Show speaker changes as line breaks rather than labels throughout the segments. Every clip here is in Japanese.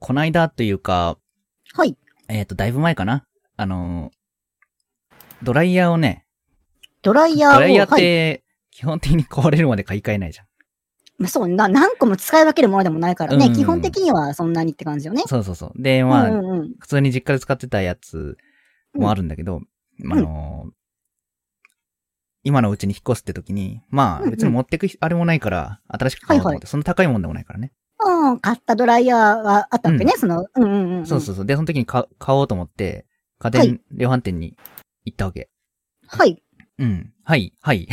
こないだというか、
はい。
えっ、と、だいぶ前かなあの、ドライヤーをね、
ドライ
ド
ヤーを、
ライヤーっ
はい。
て、基本的に壊れるまで買い替えないじゃん。
まあ、そうな、何個も使い分けるものでもないからね、
うん
基本的にはそんなにって感じよね。
そうそうそう。で、まあ、
うんうんうん。
普通に実家で使ってたやつもあるんだけど、まああのー今のうちに引っ越すって時に、ま
うんう
あ
ん
別に持ってくひあれもないから、新しく買おうと思って、そんな高いもんでもないからね。
うん、買ったドライヤーはあったわけね、その、うんうんうんうん。
そうそうそう。で、その時に買買おうと思って、家
は
電
い
量販店に行ったわけ。
はい。
うん。はい、はい。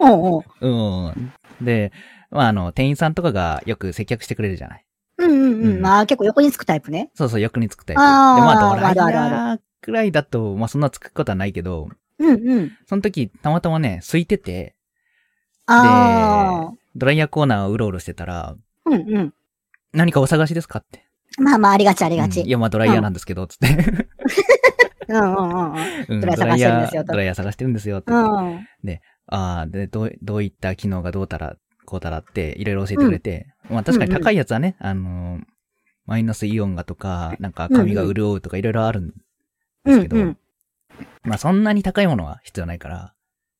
おうおう。
うん。で、まああの、店員さんとかがよく接客してくれるじゃない。
うんうんうん。
うん
まあ、結構横につくタイプね。
そうそう、よくにつくタイプ。で、
あー
まあドライ
あるある
ヤーくらいだと、まあそんなつくことはないけど、
うんうん。
その時たまたまね、空いてて、
ああ。
ドライヤーコーナーをうろうろしてたら、
うんうん。
何かお探しですかって。
まあまあ、ありがちありが
うん
ち
い。や、まあドライヤーなんですけど、つって。
うんうんうん。
うん
ドライヤー探してるんですよと
ドライヤー探してるんですよ、って。あ
うん。うん
あー、で、どう、どういった機能がどうたら、こうたらって、いろいろ教えてくれて。まあ確かに高いやつはね、あのー、マイナスイオンがとか、なんか髪が潤うとかいろいろあるんですけど、
うんうん。
まあそんなに高いものは必要ないから、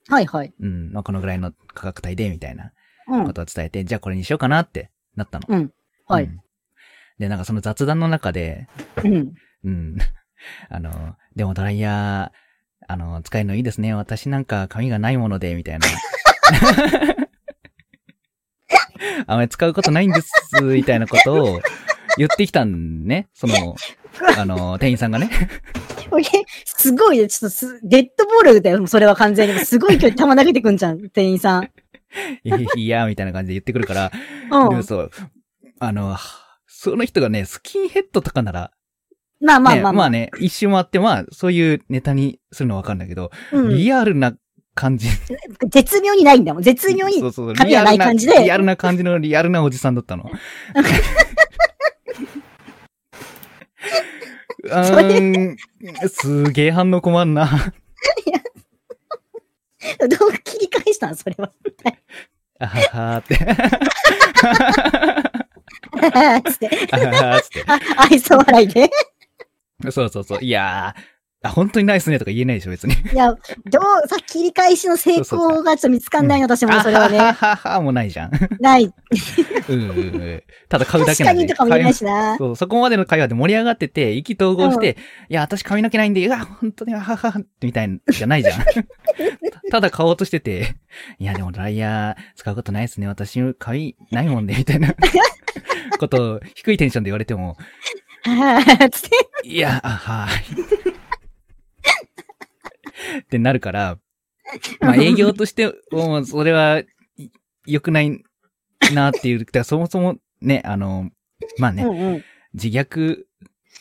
はいはい。
うん、まあこのぐらいの価格帯で、みたいな
う
こ
ん。
とを伝えて、じゃあこれにしようかなってなったの。
うん。は
う
い。
んで、なんかその雑談の中で、
うん。
うん。 あの、でもドライヤー、あの、使えるのいいですね。私なんか髪がないもので、みたいな。 あんまり使うことないんです、みたいなことを言ってきたんね。その、あの、店員さんがね。
これ、すごいね、ちょっとす、デッドボールだよ、もうそれは完全に。すごい距離球投げてくんじゃん、店員さん。
いやいや、みたいな感じで言ってくるから。
う
で
ん
も。そう、あの、その人がね、スキンヘッドとかなら、
まあまあ
ね
まあまあ。
ね、一周回って、まあ、そういうネタにするのはわかるんだけど、
うん
リアルな感じ
絶妙にないんだもん。絶妙に
そうそう
髪がない感じで
リアルなリアルな感じのリアルなおじさんだ ったの。うーん、すげえ反応困んな。
どう切り返したんそれは。
あははーって。
つって、
あははーっつっ
あ愛想笑いで。
て。そうそうそう。いやー、あ、本当にないっすねとか言えないでしょ、別に。
いや、どう、さ、切り返しの成功がちょっと見つかんないの、私もそれは
あは
ね。
ははもうないじゃん。
ない。
うんうんうん。ただ買うだ
確
けな
か
んで。
にとかも言えないしな。
そう、そこまでの会話で盛り上がってて、意気投合して、いや、私髪の毛ないんで、いや、本当に、あははは、みたいな、じゃないじゃん。たただ買おうとしてて、いや、でもドライヤー使うことないですね。私、髪ないもんで、みたいなことを低いテンションで言われても、
あつって。
いや、あはーい。ってなるから、まあ営業として、もうそれは、い良くないなっていう、だからそもそもね、あの、まあね
う、んうん。
自虐、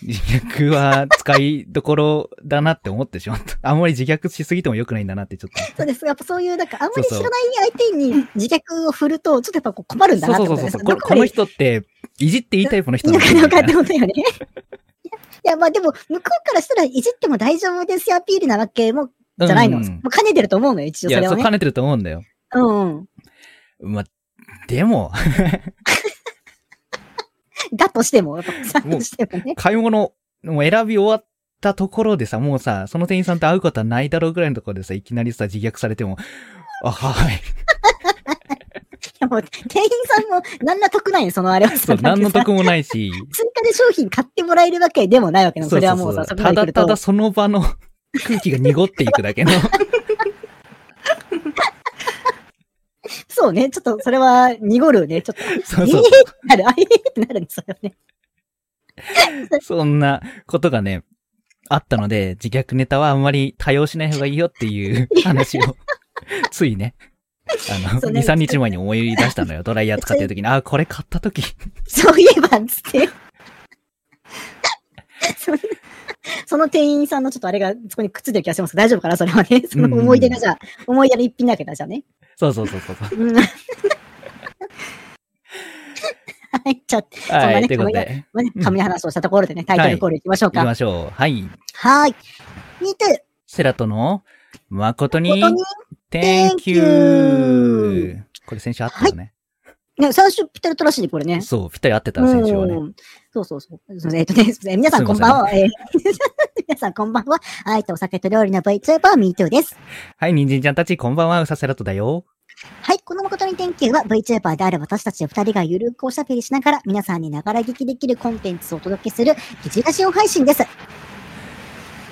自虐は使いどころだなって思ってしまった。あんまり自虐しすぎても良くないんだなってちょっと。
そうです。やっぱそういう、なんか、あんまり知
そうそう
らない相手に自虐を振ると、ちょっとやっぱこう困るんだなっ
そ
て
うそ
こ
うそ
と
う
で
そ
す
う
ね。
こ。
ど
こ
こ
の
で
人って、いじっていいタイプの人
い
な
な
の
く
み
な
た
の
い
かっ
な
てことよね。いや、まあでも、向こうからしたらいじっても大丈夫ですよ、アピールなわけも、じゃないの。
うん
もう兼ねてると思うのよ、一応
い
そ
や、
れ
そ
は
う
ね。
兼ねてると思うんだよ。
うんうん。
まあ、でも、
だとしても、やっぱ、さとしてもね。
買い物もう選び終わったところでさ、もうさ、その店員さんと会うことはないだろうぐらいのところでさ、いきなりさ、自虐されても、あ、はい。
いやもう、店員さんも、何ら得ないよ、そのあれは
そ
さ。
う、何の得もないし、
追加で商品買ってもらえるわけ でもないわけなの。それはもうさ、そこ
た
まで来
だ
る
た
と
だ。その場の 空気が濁っていく だけの。
そうね、ちょっとそれは濁 るね。ちょっと、
そう
え
そ
ー
う
っ。てなる、あえーってなるんですよね。
そんなことがね、あったので、自虐ネタはあんまり多用しない方がいいよっていう話を、 ついね、あの、
そう
2、
ね
3日前に思い出したのよ。ドライヤー使ってる時 に、あ、これ買った時。
そういえば、つって。 そその店員さんのちょっとあれが、そこにくっついてる気がします。大丈夫かなそれはね。その思い出がじゃあ、思い出の一品だけだじゃあね。
そうそうそうそうそう。
うんはい、じゃあ、 そん
は、
ないね、
ということ
髪の
で、
まあね髪の話をしたところでね、タイトルコールいきましょう
行き
か。
ましょう。はい。
はーい。見て、
セラトの、誠
本
に
当に
Thank
Thank you
you! これ先週あったよね。
ね、最初ぴったりとらしいね、これね。
そう、ぴったり合ってた、先週はね
う。んそうそうそう。すいませんえっとね、すいません皆さんこんばんは。えー 皆さんこんばんは。愛とお酒と料理の VTuber、ミートゥーです。
はい、人参ちゃんたち、こんばんは、うさせらとだよ。
はい、この誠に天球は VTuber である私たち二人がゆるくおしゃべりしながら皆さんにながら聞きできるコンテンツをお届けする疑似ラジオ配信です。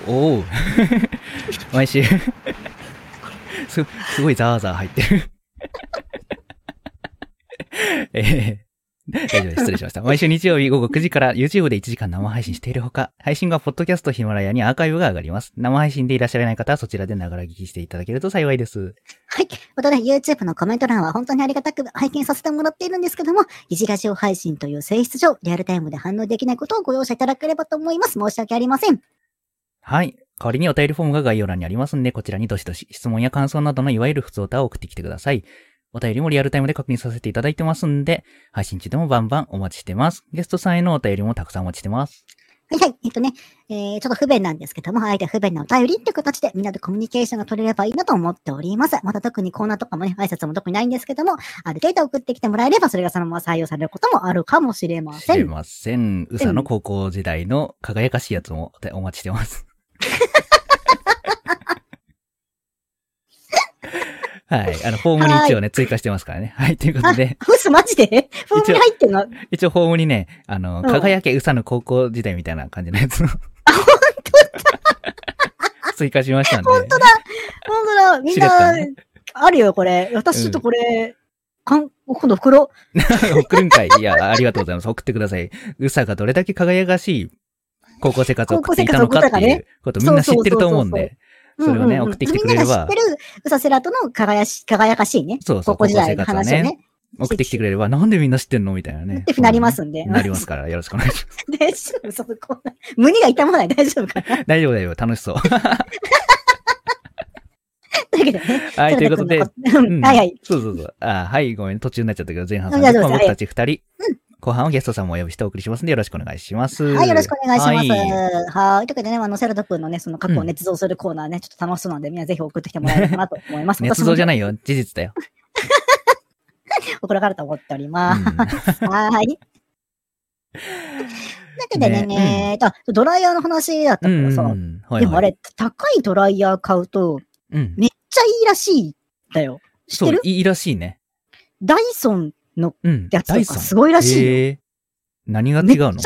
おお 毎週 す、すごいザーザー入ってる えー大丈夫です。失礼しました。毎週日曜日午後9時から YouTube で1時間生配信しているほか、配信後はポッドキャストヒマラヤにアーカイブが上がります。生配信でいらっしゃらない方はそちらでながら聞きしていただけると幸いです。
はい。またね、YouTube のコメント欄は本当にありがたく拝見させてもらっているんですけども、疑似ラジオ配信という性質上、リアルタイムで反応できないことをご容赦いただければと思います。申し訳ありません。
はい。代わりにお便りフォームが概要欄にありますんで、こちらにどしどし質問や感想などのいわゆる普通歌を送ってきてください。お便りもリアルタイムで確認させていただいてますんで、配信中でもバンバンお待ちしてます。ゲストさんへのお便りもたくさんお待ちしてます。
はいはい。えっとね、えー、ちょっと不便なんですけども、相手不便なお便りって形でみんなでコミュニケーションが取れればいいなと思っております。また特にコーナーとかもね、挨拶も特にないんですけども、ある程度送ってきてもらえれば、それがそのまま採用されることもあるかもしれませ
すい
ん。
ません。うさの高校時代の輝かしいやつもお待ちして ます。はい。あの、フォームに一応ね、追加してますからね。はい。ということで、
嘘マジでフォームに入ってるの本
一応フォームにね、あの、
ん
輝けうさの高校時代みたいな感じのやつを 追加しましたんで。本当だ
当だ、みん
しれっと
な、
ね
あるよ、これ。私ちょっとこれ、かん、今度袋、
送るんかい。いや、ありがとうございます。送ってください。うさがどれだけ輝かしい高校生活を送っていたのかっていうことみんな知ってると思うんで、それをね、
うんうんうん
送ってきてくれれ
みんなが
ば
知っ、てる、うさせらとの輝し輝かしいね。
そうそう、高
高校
校
時代
生
の
活を
話を
ね
ね、、
送ってきてくれれば、なんでみんな知ってんのみたいなね。
ってなりますんで。
なりますから、よろしくお願いします。
大丈夫そのコーナー胸が痛まない大丈夫かな
大丈夫大丈夫、楽しそう。
というわけでね。
はい、ということで、
トラタ君のこ
うん
はいはい。
そうそうそう。あはい、ごめん、途中になっちゃったけど、前半さん
大
で、
丈夫
まあ
です
僕たち二人、後半はゲストさんもお呼びしてお送りしますんで、よろしくお願いします。
はい、よろしくお願いします。
は
はい。というわけでね、あの、セラト君のね、その過去を捏造するコーナーね、ちょっと楽しそうなんで、みんなぜひ送ってきてもらえればなと思いま す。
捏造じゃ
ない。
ないよ、事実だよ。
送られると思っており
う
ます。
ん
はい。というわけでね、
ね
えーとあドライヤーの話だったけどさ、
うんはいはい
でもあれ、高いドライヤー買うと、
うん。
めっちゃいいらしいんだよ。知って
そう
る、
いいらしいね。
ダイソンの
うん。
やつと
ダ
か
イソン
すごいらしいよ
へえ何が違う
めっちゃ
の、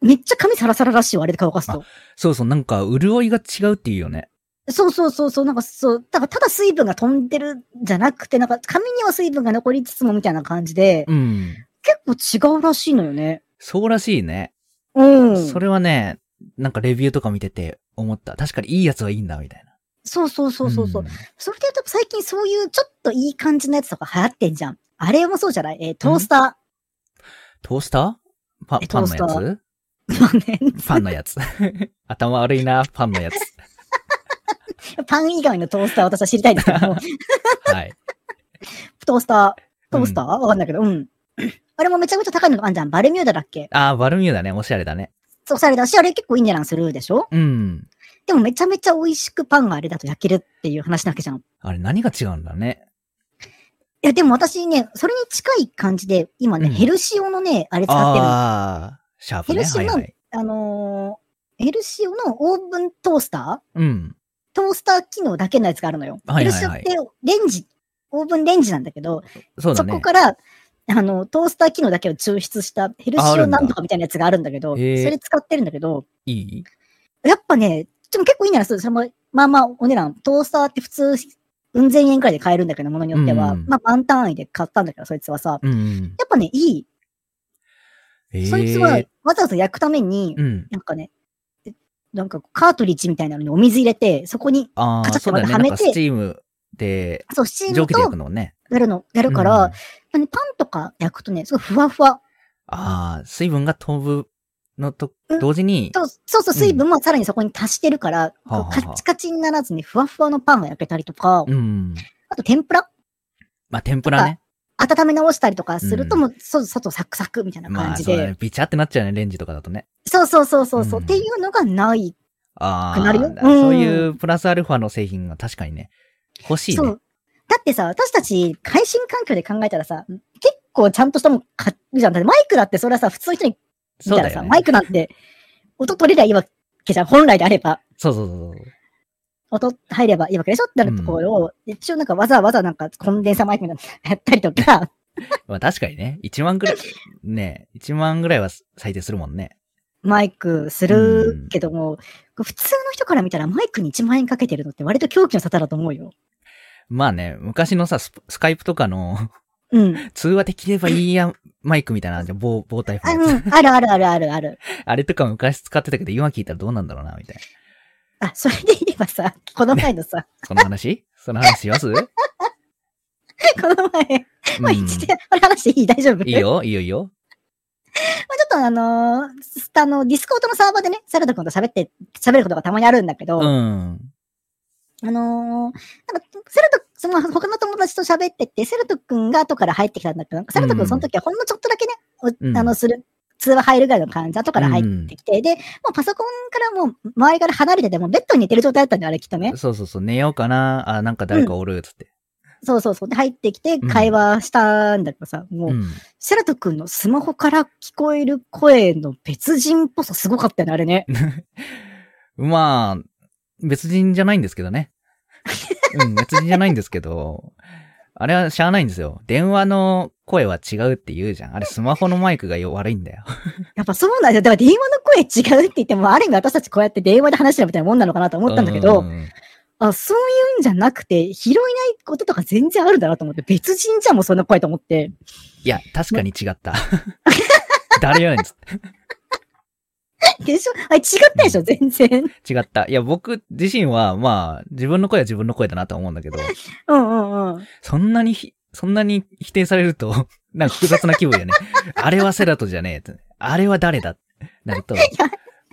めっちゃ髪サラサラらしいよ、あれで乾かすと。
そうそう、なんか、潤いが違うっていうよね。
そうそうそう、そうなんかそう、だからただ水分が飛んでるんじゃなくて、なんか髪には水分が残りつつもみたいな感じで、
うん。
結構違うらしいのよね。
そうらしいね。
うん。
それはね、なんかレビューとか見てて思った。確かにいいやつはいいんだ、みたいな。
そうそうそうそうそう。
ん
それで言うと最近そういうちょっといい感じのやつとか流行ってんじゃん。あれもそうじゃないえートースタ
トースターパ
え
パンの
トー
や
ー。 まあね
つパンのや つ。頭悪いな、パンのやつ。
パン以外のトースター私は知りたいんですけども、
はい。
トースター、トースターわ、かんないけど、うん。あれもめちゃめちゃ高いのがあんじゃん。バルミューダだっけ
あー、バルミューダね、おしゃれだね。
そう、おしゃれだし、あれ結構いい値段するでしょ
うん。
でもめちゃめちゃ美味しくパンがあれだと焼けるっていう話なわけじゃん。い
あれ、何が違うんだね。
や、でも私ね、それに近い感じで、今ね、
うん
ヘルシオのね、あれ使ってるの。あ
ああ、シャープ
ヘ
ね。
ルシー
はい
な
はい。
のーヘルシオのオーブントースター
うん。
トースター機能だけのやつがあるのよ。
はいはいはい
ヘルシオってレンジ、オーブンレンジなんだけど、
そうだ
そ
ね。
こから、あの、トースター機能だけを抽出したヘル
ああ
シ
る
オ
んだ
なんとかみたいなやつがあるんだけど、そ
へえ
れ使ってるんだけど、
いい
やっぱね、でも結構いいならそう、それも、まあまあお値段、トースターって普通、うん千円くらいで買えるんだけど、ものによっては、
うん
まあ万単位で買ったんだけど、そいつはさ、
うん。
やっぱね、いい。そいつはわざわざ焼くために、
うん。
なんかね、えなんかカートリッジみたいなのにお水入れて、そこに、
あ
カ
あ、
チャッと
そうだね。
ま
なん
たはめて
かスチームで、
そう、スチー
蒸
ム
気で焼く
と
のね。
やるの、やるから、
うん
あのパンとか焼くとね、すごいふわふわ。
ああ、水分が飛ぶのと
うん
同時に、
とそうそう、水分もさらにそこに足してるから、
はあはあ
こうカッチカチにならずにふわふわのパンが焼けたりとか、
うん。
あと天ぷら
まあ、天ぷらね。
温め直したりとかすると、
うん
もう、そう、外サクサクみたいな
ま
感
あ、
じ
そうだ
で。
ね。ビチャってなっちゃうね、レンジとかだとね。
そうそうそうそうそう、
うん
っていうのがない。
あ
くなるよ
あ、そういううプラスアルファの製品が確かにね、欲しい
そ
ね。
う。だってさ、私たち、配信環境で考えたらさ、結構ちゃんとしたもん買るじゃん。だってマイクだってそれはさ、普通の人に見
そう
た
だ
らさ、
よね
マイクなんて音取れりゃいいわけじゃん。本来であれば、
そうそうそうそう。
音入ればいいわけでしょってなるところを、一応なんかわざわざなんかコンデンサーマイクみたいなのやったり とか、
まあ確かにね、1万ぐらい、ね、1万ぐらいは最低するもんね。
マイクするけども、普通の人から見たらマイクに1万円かけてるのって割と狂気の沙汰だと思うよ。
まあね、昔のさ、ススカイプとかの
うん。
通話できればいいや、マイクみたいなのあるじゃん、棒、棒タイプ
あ、
の
う
やつ。
ん。あるあるあるあるある。
あれとか昔使ってたけど、今聞いたらどうなんだろうな、みたいな。
あ、それで言えばさ、 この前のさ、
その話その話しますう
この前、 まあ
ん
一応、これ話していい大丈夫
いいよ、いいよ、いいよ。
まあちょっとあのースあの、ディスコードのサーバーでね、サルト君と喋って、喋ることがたまにあるんだけど、
うん。
あのーなんか、セルト、その他の友達と喋ってて、セルト君が後から入ってきたんだけど、なんかセルト
うん
君その時はほんのちょっとだけね、お
うん
あの、する、通話入るぐらいの感じ、後から入ってきて、で、もうパソコンからもう周りから離れてて、もうベッドに寝てる状態だったんだよ、あれきっとね。
そうそうそう、寝ようかな、あ、なんか誰かおる、つって。
そうそうそう。で、入ってきて、
ん
会話したんだけどさ、もう、
うん。
セラト君のスマホから聞こえる声の別人っぽさすごかったよね、あれね。
まあ、別人じゃないんですけど ね。うん、別人じゃないんですけど、あれはしゃあないんですよ。電話の声は違うって言うじゃん。あれスマホのマイクがよ悪いんだよ。
やっぱそうなんだよ。だから電話の声違うって言っても、ある意味私たちこうやって電話で話してるみたいなもんなのかなと思ったんだけど、
うん
あ、そういうんじゃなくて、拾えないこととか全然あるんだなと思って、別人じゃんもうそんな声と思って。
いや、確かに違 った。誰より
でしょあ、違ったでしょ全然。
違った。いや、僕自身は、まあ、自分の声は自分の声だなとは思うんだけど、
うんうんうん。
そんなにひ、そんなに否定されると、 なんか複雑な気分だよね。あれはセラトじゃねえって。あれは誰だってなると、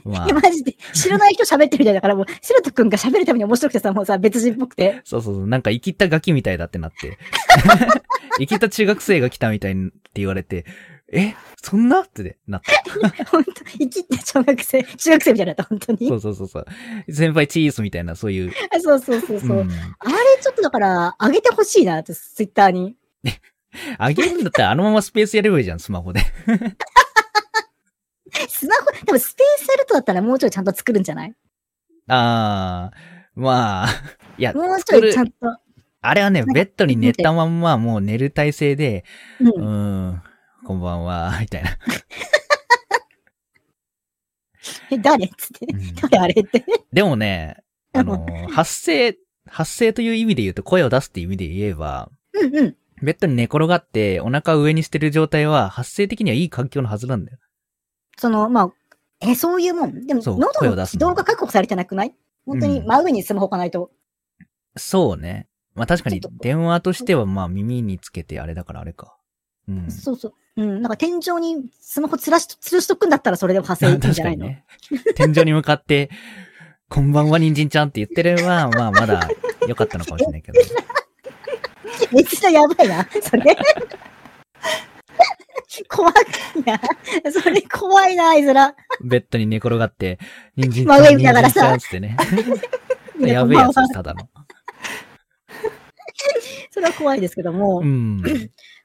まあ
いや、、マジで、知らない人喋ってるみたいだから、もう、セラト君が喋るために面白くてさ、もうさ、別人っぽくて。
そうそうそう、なんか生きったガキみたいだってな って。生きった中学生が来たみたいって言われて、えそんなってなった。
本当生きった小学生、中学生みたいだった、本当に。
そうそうそうそう。先輩チーズみたいな、そういう。
あそうそうそうそう。
うん
あれちょっとだから、上げてほしいなって、ツイッターに。
あげるんだったらあのままスペースやればいいじゃん、スマホで。
スマホ、多分スペースやるとだったらもうちょいちゃんと作るんじゃない
あー、まあ、いや、
もうちょ
作る
いちゃんと。
あれはね、ベッドに寝たまんま、もう寝る体勢で、
うん
う。ーん、こんばんは、みたいな。
え、誰っつって
う。 ん
誰あれって。
でもね、あの、発声、発声という意味で言うと、声を出すっていう意味で言えば、
うんうん。
ベッドに寝転がって、お腹を上にしてる状態は、発声的にはいい環境のはずなんだよ。
その、まあ、え、そういうもん。でも、
そう声を
喉
出
の
す
起
の
動が確保されてなくない本当に
うん
真上にスマホ置かないと。
そうね。まあ確かに
ちょっ、と
電話としては、まあ耳につけてあれだからあれか。うん。
そうそう。うん。なんか天井にスマホつらし、吊るしとくんだったらそれでも発生いいんじ
確か
ゃない
に
の、
ね。天井に向かって、こんばんは、人参ちゃんって言ってれば、まあまだ良かったのかもしれない けど。
めっちゃやばいな。それ。 怖いな。それ怖いな、いずら。
ベッドに寝転がって、人参ち
真
ゃ
上
ん、人
見ながら
参ち
さ
ゃんっつってね。 やべえやつです、ただの。
それは怖いですけども。
うん。
で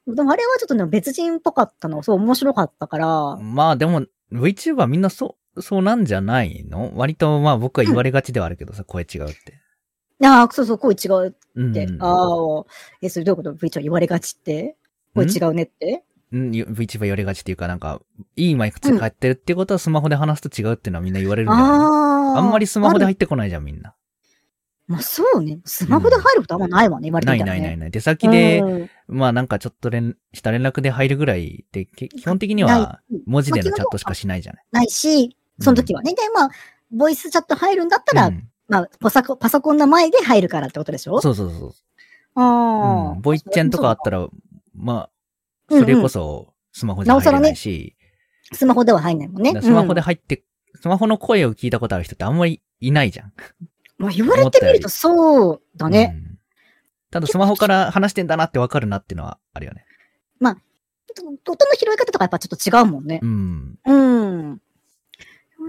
もあれはちょっとね、別人っぽかったの。そう、面白かったから。
まあでも、VTuber みんなそう、そうなんじゃないの割とまあ僕は言われがちではあるけどさ、声違うって。
ああ、そうそう、声違う
うん。
って。ああ、え、それどういうこと ?V ちゃん言われがちって。声違うねって。
うん、よ VTuber 言われがちっていうか、なんか、いいマイク使ってるってことはスマホで話すと違うっていうのはみんな言われるんだよ、ね。
ああ。
あんまりスマホで入
入
ってこないじゃん、みんな。
まあそうね。スマホで入ることあんまないわね、言われて
な
み
い
た
な
ら、ね。
いない
い
ない。出先で、
うん、
まあなんかちょっと連、した連絡で入るぐらいで、け基本的には
ない
文字でのチャットしかしないじゃない。
ないし、その時はね。で、まあ、ボイスチャット入るんだったら、
うん
まあパソコン、パソコンの前で入るからってことでしょ
そうそうそう。
ああ、
うん、ボイチェンとかあったら、まあ、
うんうん
それこそスマホじゃ入れないし、
スマホでは入んないもんね。
だからスマホで
うん
入って、スマホの声を聞いたことある人ってあんまりいないじゃん。
まあ言われてみるとそうだね。
うんただスマホから話してんだなってわかるなっていうのはあるよね。
音の拾い方とかやっぱちょっと違うもんね
う。ん。
うん。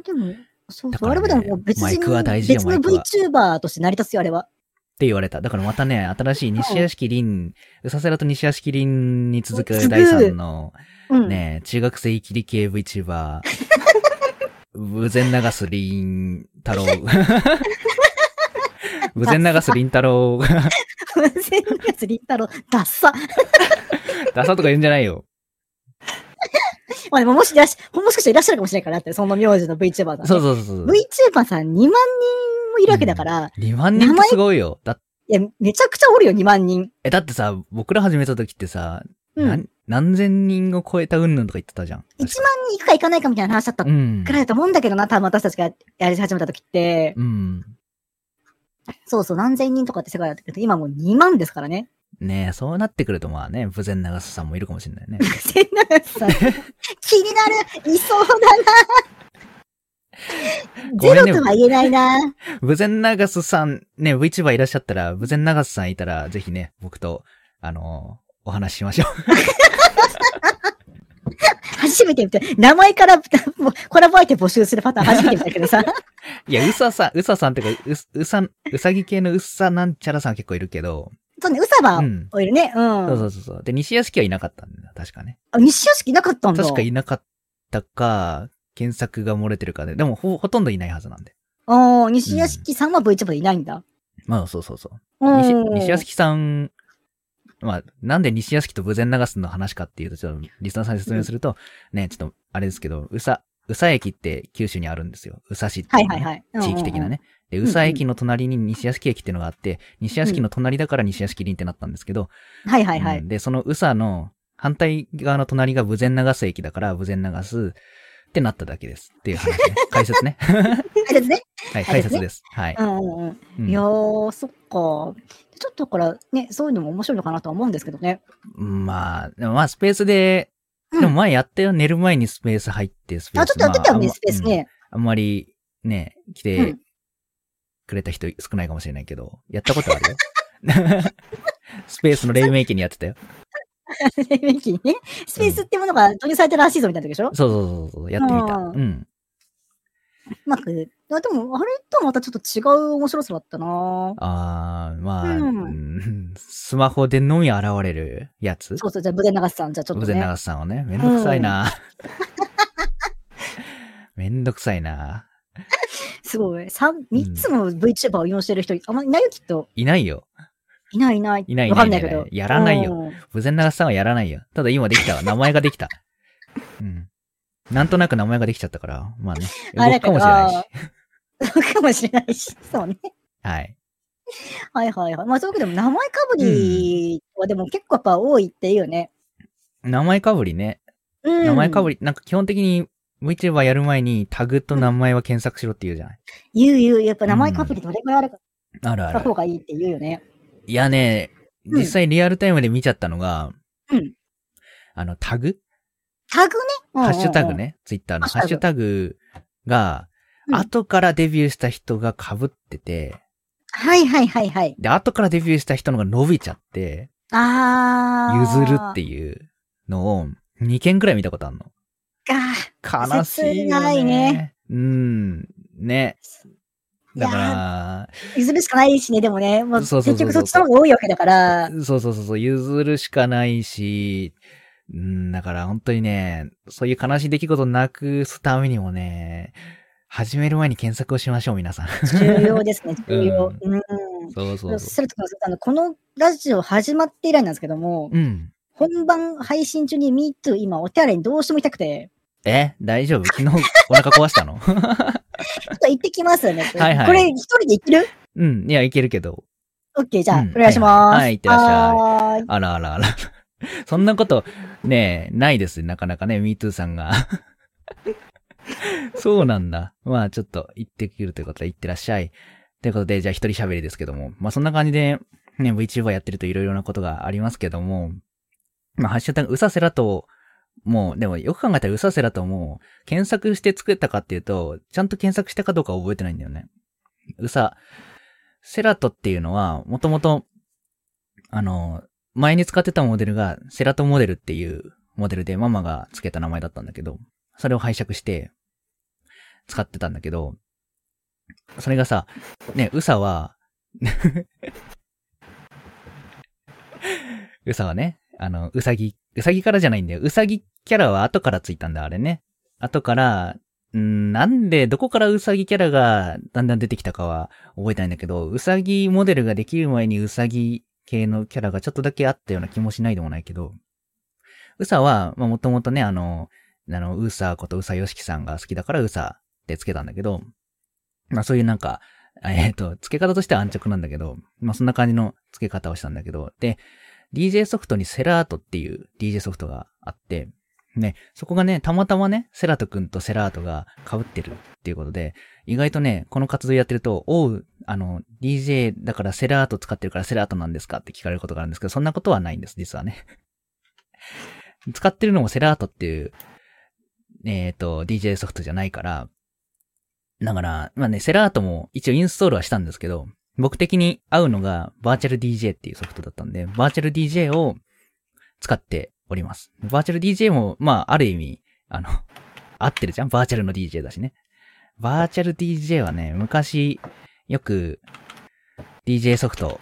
でも、そう
だ
そ
か
う、あ
ら
れ
ね
はでも別
マイ
人
クは大事よ
別の
マイクは
VTuber として成り立つよ、あれは。
って言われた。だからまたね、新しい西屋敷凛、うさせらと西屋敷凛に続
続
く
く
第3の、
うん。
ね、中学生生きり系 VTuber、無前流す凛太郎。 無前流す凛太郎が、
無線のやつ、りんたろー、ダッサ。
ダサとか言うんじゃないよ。
まあでも、もしいらっしゃ、もしかしたらいらっしゃるかもしれないからだって、その名字の VTuber さんね。
そうそうそうそう。
VTuber さん2万人もいるわけだから、
2万人ってすごいよ。だ
いや、めちゃくちゃおるよ、2万人。
え、だってさ、僕ら始めた時ってさ、
うん。1
な
万
ん何千人を超えた云々とか言ってたじゃん。
人行くか行かないかみたいな話だった
う
く
ん。
らいだと思うんだけどな、多分私たちがやり始めた時って。
うん。
そうそう、何千人とかって世界だったけど、今もう2万ですからね。
ねえ、そうなってくるとまあね、不全長ささんもいるかもしれない ね。
千七さん。 気になるいそうだな
ご
ゼ
めんね
ロとは言えないな
無前長瀬さん、ね、VTuber いらっしゃったら、無前長瀬さんいたら、ぜひね、僕と、あのーお話ししましょ う。
初めて見た。名前から、 もうコラボ相手募集するパターン初めて見たけどさ。
いや、うささん、うささんってか、う、うさ、うさぎ系のうさなんちゃらさんは結構いるけど、
そうね、うさば
うん
をいるね。う。
そうんそうそうそう。で、西屋敷はいなかったんだよ、確かね。
あ、西屋敷いなかったんだ。
確かいなかったか、検索が漏れてるかで、でもほ、ほとんどいないはずなんで。
ああ、西屋敷さんは VTuber でいないんだ。
まあ、そうそうそう。西
うん。
西屋敷さん、まあ、なんで西屋敷と無前流すの話かっていうと、ちょっとリスナーさんに説明すると、ね、ちょっと、あれですけど、宇佐、宇佐駅って九州にあるんですよ。宇佐市って
はいいう
ね、
はいはい。
地域的な
ね。
ね。で、
ん
宇佐駅の隣に西屋敷駅っていうのがあって、西屋敷の隣だから西屋敷林ってなったんですけど、
はいはいは
う
い
ん。で、その宇佐の反対側の隣が無前流す駅だから、無前流すってなっただけです。っていう話ね。解説ね。
あれですね。
はい、
解
解
説ね
説です。はい。
うんうんうん。
うん
いやー、そっか。ちょっとだからね、そういうのも面白いのかなとは思うんですけどね。
まあ、でもまあスペースで、
うん
でも前やったよ、寝る前にスペース入って、スペース
あ、ちょっとやってたよね、
まあ
スペースね。
あんまうんあんまりね、来
う
て
ん
くれた人少ないかもしれないけど、やったことあるよ。 スペースの黎明期にやってたよ。
黎明期にね。スペースってものが導入されてるらしいぞみたいな時でしょ、う
そうそうそうそう、やってみた。
うん
うん。
まく。いやでも、あれとはまたちょっと違う面白さだったな
あー、まあ、
うん
うんスマホでのみ現れるやつ。
そうそう、じゃあ、無前流しさん、じゃあちょっ
無
と
前
ね。
長瀬さんをね、めんどくさいな。 めんどくさいな。
すごい。三、三つも VTuber を用してる人、あんまいないよ、きっと。
いないよ。
いないいない。
いないいない
わかんないけ
いな
ど
い。やらないよ
うん。
無前長瀬さんはやらないよ。ただ今できたわ。名前ができた。うん。なんとなく名前ができちゃったから、まあね。
あ
動くかもしれないし。
そうかもしれないし。そうね。
はい。
はいはいはい。まあ、そういうわけでも、名前かぶりはでも結構やっぱ多いっていうよね。
名前かぶりね。
うん。
名前かぶ
り。
り、なんか基本的に VTuber やる前にタグと名前は検索しろって言うじゃない。
言う言う、やっぱ名前かぶりどれくらいあるか、
あるあ
あった
る。
方がいいって言うよね。
いやね、
うん
実際リアルタイムで見ちゃったのが、
うん
あの、タグ
タグね。うんうん
ハ
うん
ッシュタグ。ね。ツイッターのハ
ハッ
ッ
シ
シ
ュ
ュタグが、
うん
後からデビューした人が被ってて、
はいはいはいはい。
で、後からデビューした人のが伸びちゃって、
あー。
譲るっていうのを2件くらい見たことあるの。
か。
悲しいよ、ね。
切ないね
うん。ね。だ
い
か
譲るしかないしね、でもね。もう
そうそうそうそう
結局そっちの方が多いわけだから。
ら、そうそうそうそう、譲るしかないし、うん、だから本当にね、そういう悲しい出来事をなくすためにもね、始める前に検索をしましょう、皆 さん。
重要で すね、重要。うん。
そうそうそ
するとあの、このラジオ始まって以来なんですけども
う。、うん。
本番配信中に MeToo 今お手洗いにどうしても行きたくて、
え大丈夫昨日お腹壊したの
ちょっと行ってきますよね。
はいはい
これ一人で行ってる
うん。いや、いけるけど。
?OK、じゃあ、
うん
お願いします。
はいはいはい行ってらっしゃい
はーい。
あらあらあ ら。そんなこと、ねえ、ないです。なかなかね、MeToo さんが。そうなんだ。まあ、ちょっと、行ってくるということで、行ってらっしゃい。ということで、じゃあ一人喋りですけども。まあ、そんな感じで、ね、VTuber やってるといろいろなことがありますけども、まあ、ハッシュタグ、うさせらと、もう、でもよく考えたらうさせらとも、検索して作ったかっていうと、ちゃんと検索したかどうかは覚えてないんだよね。うさ、セラトっていうのは、もともと、あの、前に使ってたモデルが、セラトモデルっていうモデルで、ママが付けた名前だったんだけど、それを拝借して、使 ってたんだけど、それがさ、ね、ウサは、うさはね、あの、うさぎ、うさぎからじゃないんだよ。うさぎキャラは後からついたんだ、あれね。後から、うんなんで、どこからうさぎキャラがだんだん出てきたかは覚えてないんだけど、うさぎモデルができる前にうさぎ系のキャラがちょっとだけあったような気もしないでもないけど、うさは、まあもともとね、あの、あの、うさことうさよしきさんが好きだからうさってつけたんだけど、まあそういうなんか、えっ、と、付け方としては安直なんだけど、まあそんな感じの付け方をしたんだけど、で、DJ ソフトにセラートっていう DJ ソフトがあって、ね、そこがね、たまたまね、セラト君とセラートが被ってるっていうことで、意外とね、この活動やってると、おう、あの、DJ だからセラート使ってるからセラートなんですかって聞かれることがあるんですけど、そんなことはないんです、実はね。 使ってるのもセラートっていう、えっ、と、DJ ソフトじゃないから、だから、まあね、セラートも一応インストールはしたんですけど、僕的に合うのがバーチャル DJ っていうソフトだったんで、バーチャル DJ を使っております。バーチャル DJ も、まあ、ある意味、あの、 合ってるじゃんバーチャルの DJ だしね。バーチャル DJ はね、昔、よく、DJ ソフト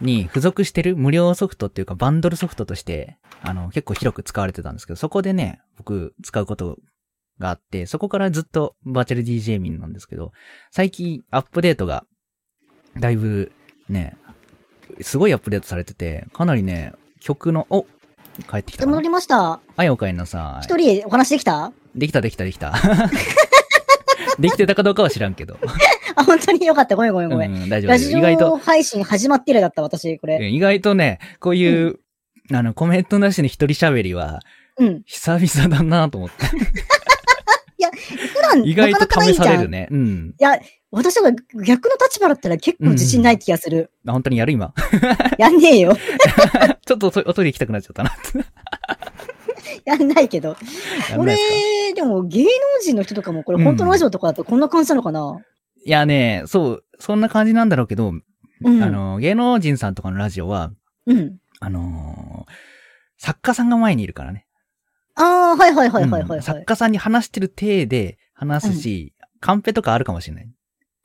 に付属してる無料ソフトっていうかバンドルソフトとして、あの、結構広く使われてたんですけど、そこでね、僕使うことがあって、そこからずっとバーチャル DJ 民なんですけど、最近アップデートが、だいぶね、すごいアップデートされてて、かなりね、曲の、お帰ってきたかな
戻りました。
はい、お帰りなさ
一人お話できた
い。できたできたできた。 できてたかどうかは知らんけど。
あ、本当によかった。ごめんごめん
う
ごめん。
ん、大丈夫
ラ
大丈
ジ
夫。意外と
オ、配信始まって以来だった、私、これ。
意外とね、こういう、あの、コメントなしの一人喋りは、
うん。
久々だなと思 って。
普段、
意
な
外と
かなかな
試
いじゃ
さ
ん。
れるね。うん。
いや、私が逆の立場だったら結構自信ない気がする。
あ本当にやる今。
やんねえよ。
ちょっとおトおトイレ行きたくなっちゃったな。
やんないけど。
や
こ
んないですか
れ、でも芸能人の人とかも、これ本当のラジオとかだとこんな感じなのかな、
いやね、そう、そんな感じなんだろうけど、
うん、
あ、の、芸能人さんとかのラジオは、
うん。
あのー作家さんが前にいるからね。
ああ、はいはいはいはいはい、
うん
は
作
い。
家さんに話してる体で話すし、カンペとかあるかもしれない。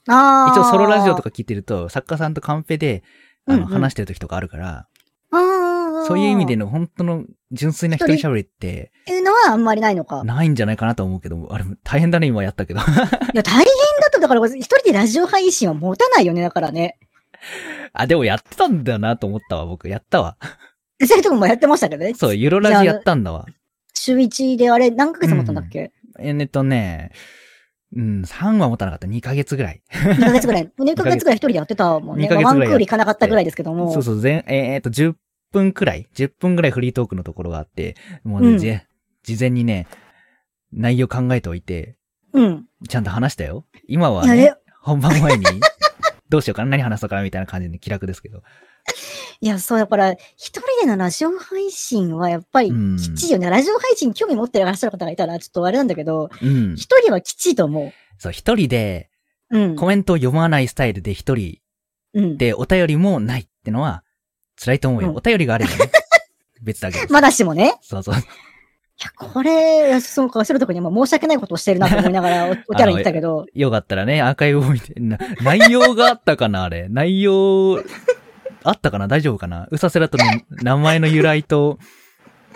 ああ。
一応ソロラジオとか聞いてると、作家さんとカンペで、あ
うん
の、
うん
話してる時とかあるから、
ああ。
そういう意味での本当の純粋な一人喋りって
っていうのはあんまりないのか。
ないんじゃないかなと思うけど、あれ大変だね、今やったけど。
いや、大変だと、だから、一人でラジオ配信は持たないよね、だからね。
あ、でもやってたんだよなと思ったわ、僕。やったわ。
そういうとこもやってましたけどね。
そう、ユロラジやったんだわ。
週一であれ、何ヶ月持ったんだっけ、
えーえっとね、うん、3は持たなかった。2ヶ月ぐらい。
?2 ヶ月ぐらい。2ヶ月ぐらい一人でやってたもんね。
二ヶ月
まあ
ぐら
ワ
いやって
ンクール行かなかったぐらいですけども。
そうそう、全、えーっと、10分くらい、10分くらいフリートークのところがあって、もうね、
うん
ぜ事前にね、内容考えておいて、
うん。
ちゃんと話したよ。今はい
や
ね
ね、
本番前に、 どうしようかな、何話そうかな、みたいな感じで気楽ですけど。
いや、そう、だから、一人でのラジオ配信はやっぱり、
うん
きっちりよね。ラジオ配信に興味持ってらっしゃる方がいたら、ちょっとあれなんだけど、
うん。
一人はきっちりと思
そう、一人で、
う。うん。
コメントを読まないスタイルで一人
うん。
で、お便りもないってのは、辛いと思うよ。
うん
お便りがあれば ね。別だけです。
まだしもね。
そうそう。
いや、これ、そうか、するとこにも申し訳ないことをしてるなと思いながら、お おキャラに言ったけど、
よかったらね、アーカイブを見て、な内容があったかな、あれ。内容、あったかな大丈夫かなウサセラとの名前の由来と、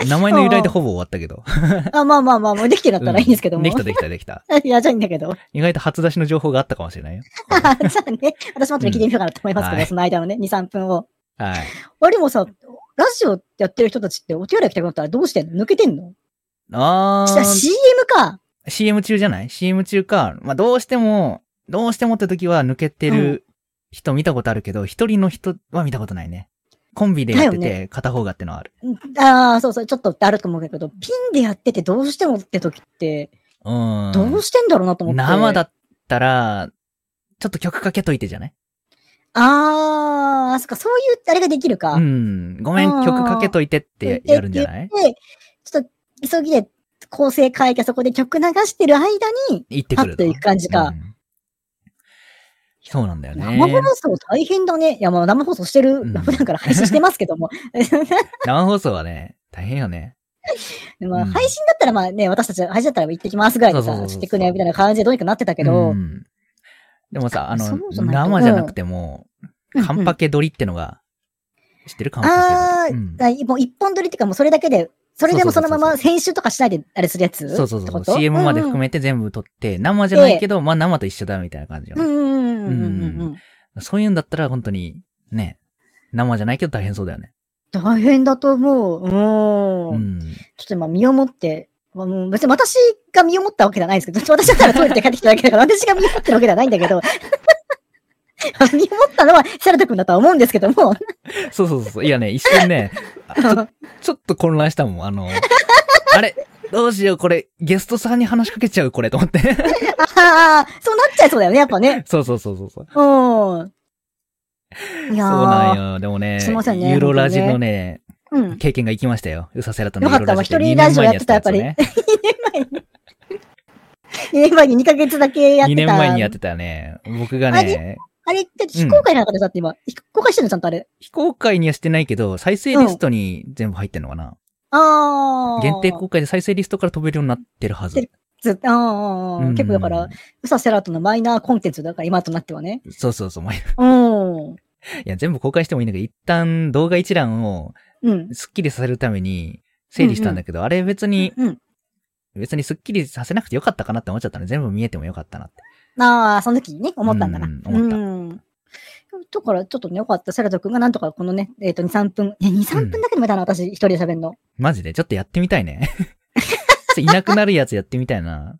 名前の由来でほぼ終わったけど。
あ、 まあまあまあ、もうできてるんだったらいいんですけど
う
も。
んできたできたできた。
いや、じゃあいいんだけど。
意外と初出しの情報があったかもしれないよ。
あじゃあね、私も後で聞いてみようかなと思いますけ
うん
ど、
はい
その間のね、2、3分を。
はい。
あ、でもさ、ラジオやってる人たちってお手洗い行きたくなったらどうしてんの抜けてんの
あ
あ
ー、
CM か。
CM 中じゃない ?CM 中か。まあ、どうしても、どうしてもって時は抜けてる人見たことあるけど、一、人の人は見たことないね。コンビでやって
だよ
て、片方がってのはある。
ああ、そうそう、ちょっとってあると思うけど、ピンでやっててどうしてもって時って、
うーん。
どうしてんだろうなと思って。
生だったら、ちょっと曲かけといてじゃない
ああ、そっか、そういう、あれができるか。
うん。ごめ
あ
ん、
ー
曲かけといてってやるんじゃない
で、ちょっと、急ぎで構成変えて、そこで曲流してる間に、
行って
パ
くる
ッと行く感じか
う。んそうなんだよね。
生放送大変だね。いや、まあ生放送してる、
ん
普段から配信してますけ ども。
生放送はね、大変よね。
ま
う
あ、
ん
配信だったらまあね、私たち、配信だったら行ってきますぐらいで
そうそう
さ、
そ
ち
うそ
ょっ
う
と行くね、みたいな感じでどうにかなってたけど
う、んでもさ、あ
そ
の
う、じゃないと
生じゃなくても、
うん
カンパケ撮りってのが知ってるかもしれな
あ
い。う
ー、
ん
だからもう一本撮りっていうか、もうそれだけで、それでもそのま
そうそうそうそ
ま編集とかしないであれするやつ
そうそう
って
そ
こ
う。
と
CM まで含めて全部撮って、生じゃないけど、まあ生と一緒だみたいな感じよ
う
ね
んうんうんうんうんうんうん。
そういうんだったら本当に、ね、生じゃないけど大変そうだよね。
大変だと思う。もう。
うんん。
ちょっと今身をもって、まあもう別に私が身をもったわけじゃないんですけど、 私だったらトイレで帰ってきただけだから、 私が身をもってるわけではないんだけど、 身をもったのはセラト君だとは思うんですけども、
そうそうそう。いやね、一瞬ね、あちょちょっと混乱したもん。あの、あれ、どうしよう、これ、ゲストさんに話しかけちゃう、これ、と思って。
ああ、そうなっちゃいそうだよね、やっぱね。
そうそうそうそうそう。
うん。いやー
そうなんよ。でもね、
すいませんね
ユーロラジのね、
うん。
経験が生きましたよ。うさせらとの
よ
ユ
か
ー
った
ロラジで。
もう一人
2
ラ
年
ジオ
前
や
にや
っ
って
てた
たやつね。
2年前に2ヶ月だけやってた。
2年前にやってたね。僕が
あ
ね、
あれって非公開なのかなだって今。非公開してんのちゃんとあれ。
非公開にはしてないけど、再生リストに全部入ってんのかな、
ああ。
限定公開で再生リストから飛べるようになってるはず。
ずああ、
うん
結構だから、。ウサセラートのマイナーコンテンツだから今となってはね。
そうそうそう。まあい
うん。うん。
や、全部公開してもいいんだけど、一旦動画一覧を
うん。
スッキリさせるために整理したんだけど、あれ別に、
うん。
別にスッキリさせなくてよかったかなって思っちゃったね。全部見えてもよかったなって。
ああ、その時にね、思ったんだな
うん。思った
うん。だから、ちょっとね、よかった。セラト君がなんとかこのね、えっ、と、2、3分。いや、2、3分だけで無駄な、私、一人で喋るの。
マジで、ちょっとやってみたいね。 いなくなるやつやってみたいな。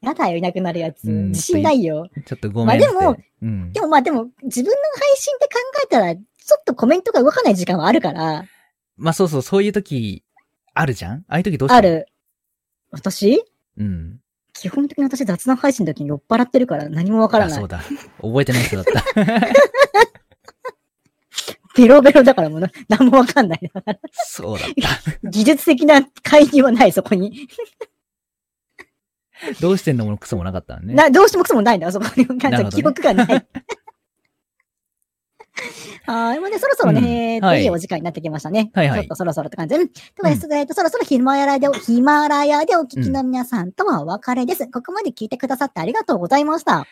やだよ、いなくなるやつ。
うん
自信ないよ。
ちょっとごめんって。
まあでも、
うん
で。もまあ、でも、自分の配信って考えたら、ちょっとコメントが動かない時間はあるから、
まあそうそう、そういう時、あるじゃんああいう時どうして
あ。る。私
うん。
基本的に私雑談配信の時に酔っ払ってるから何もわから
あ
な
そう
い。
だ。覚えてない人だ った。
ベロベロだからもうな何もわかんない。
そうだった。
技術的な介入はない、そこに。
どうしてんのもクソもなかったのね。
な、どうしてもくそもないんだ よ、そこに。
なるほどね
記憶 がない。ああ、でもね、そろそろね、
うん
えーと、
はいい
いお時間になってきましたね。
はいはい
ちょっとそろそろって感じで。うん。とかですねえっとそろそろヒマラヤでお、ヒマラヤでお聞きの皆さんとはお別れです。ここまで聞いてくださってありがとうございました。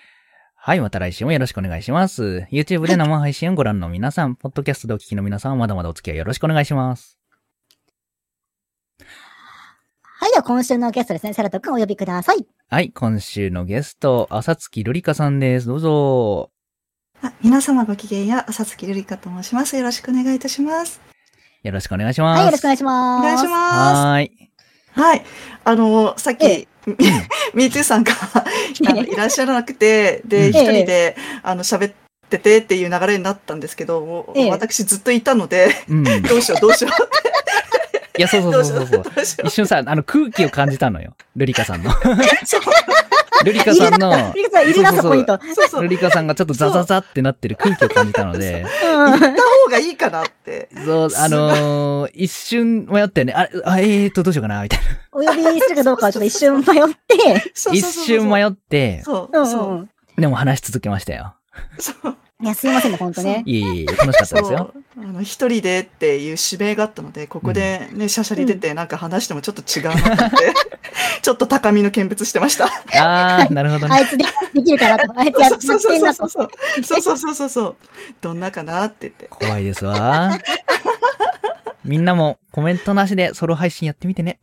はい、また来週もよろしくお願いします。YouTube で生配信をご覧の皆さん、ポッドキャストでお聞きの皆さん、まだまだお付き合いよろしくお願いします。
はい、では今週のゲストですね、セラト君お呼びください。
はい、今週のゲスト、朝月瑠璃香さんです。どうぞ。
あ皆様ごきげんや、朝月ゆりかと申します。よろしくお願いいたします。
よろしくお願いします。
はい、よろしくお願いし
お
ます。
願いします。
はーい。
はい。あの、さっき、
え
ミートゥーさんがあのいらっしゃらなくて、
ええ
で、一人で、あの、喋っててっていう流れになったんですけど、もう
ええ
私ずっといたので、
うん。い
どうしよう、どうしよ う、
や、そう そ
ど
う
うし
そ
よ
う
う、
そう。
どうしよ
一瞬さ、あの、空気を感じたのよ。瑠璃香 さんの。
う。そう
瑠璃香さんの、
いるな、いるな、
そう
そ
そ
こ
うそう
にと。
そうそ
瑠
う。行っ
璃香さんがちょっとザザザってなってる空気を感じたので、
うん
た方がいいかなって。
そう、あのー一瞬迷ったよね。あれ、あえーと、どうしようかな、みたいな。
お呼びするかどうかはちょっと一瞬迷って、
そう
一
そうそうそう
瞬迷って、
そうう、
ん
そうう、
ん。
でも話し続けましたよ。
そう。
いや、すいませんね、ほんとね。
いえいえいえ、楽しかったですよ。
そうあの一人でっていう指名があったのでここでね、シャシャリ出てなんか話してもちょっと違うなと思って ちょっと高みの見物してました
あー、なるほど
あ
ね。
いつでできるかなと。あいつやっ
そうそ
てん
う
な
そ
と
う。そうそうそうそうそうそうどんなかなって言って
怖いですわ。みんなもコメントなしでソロ配信やってみてね。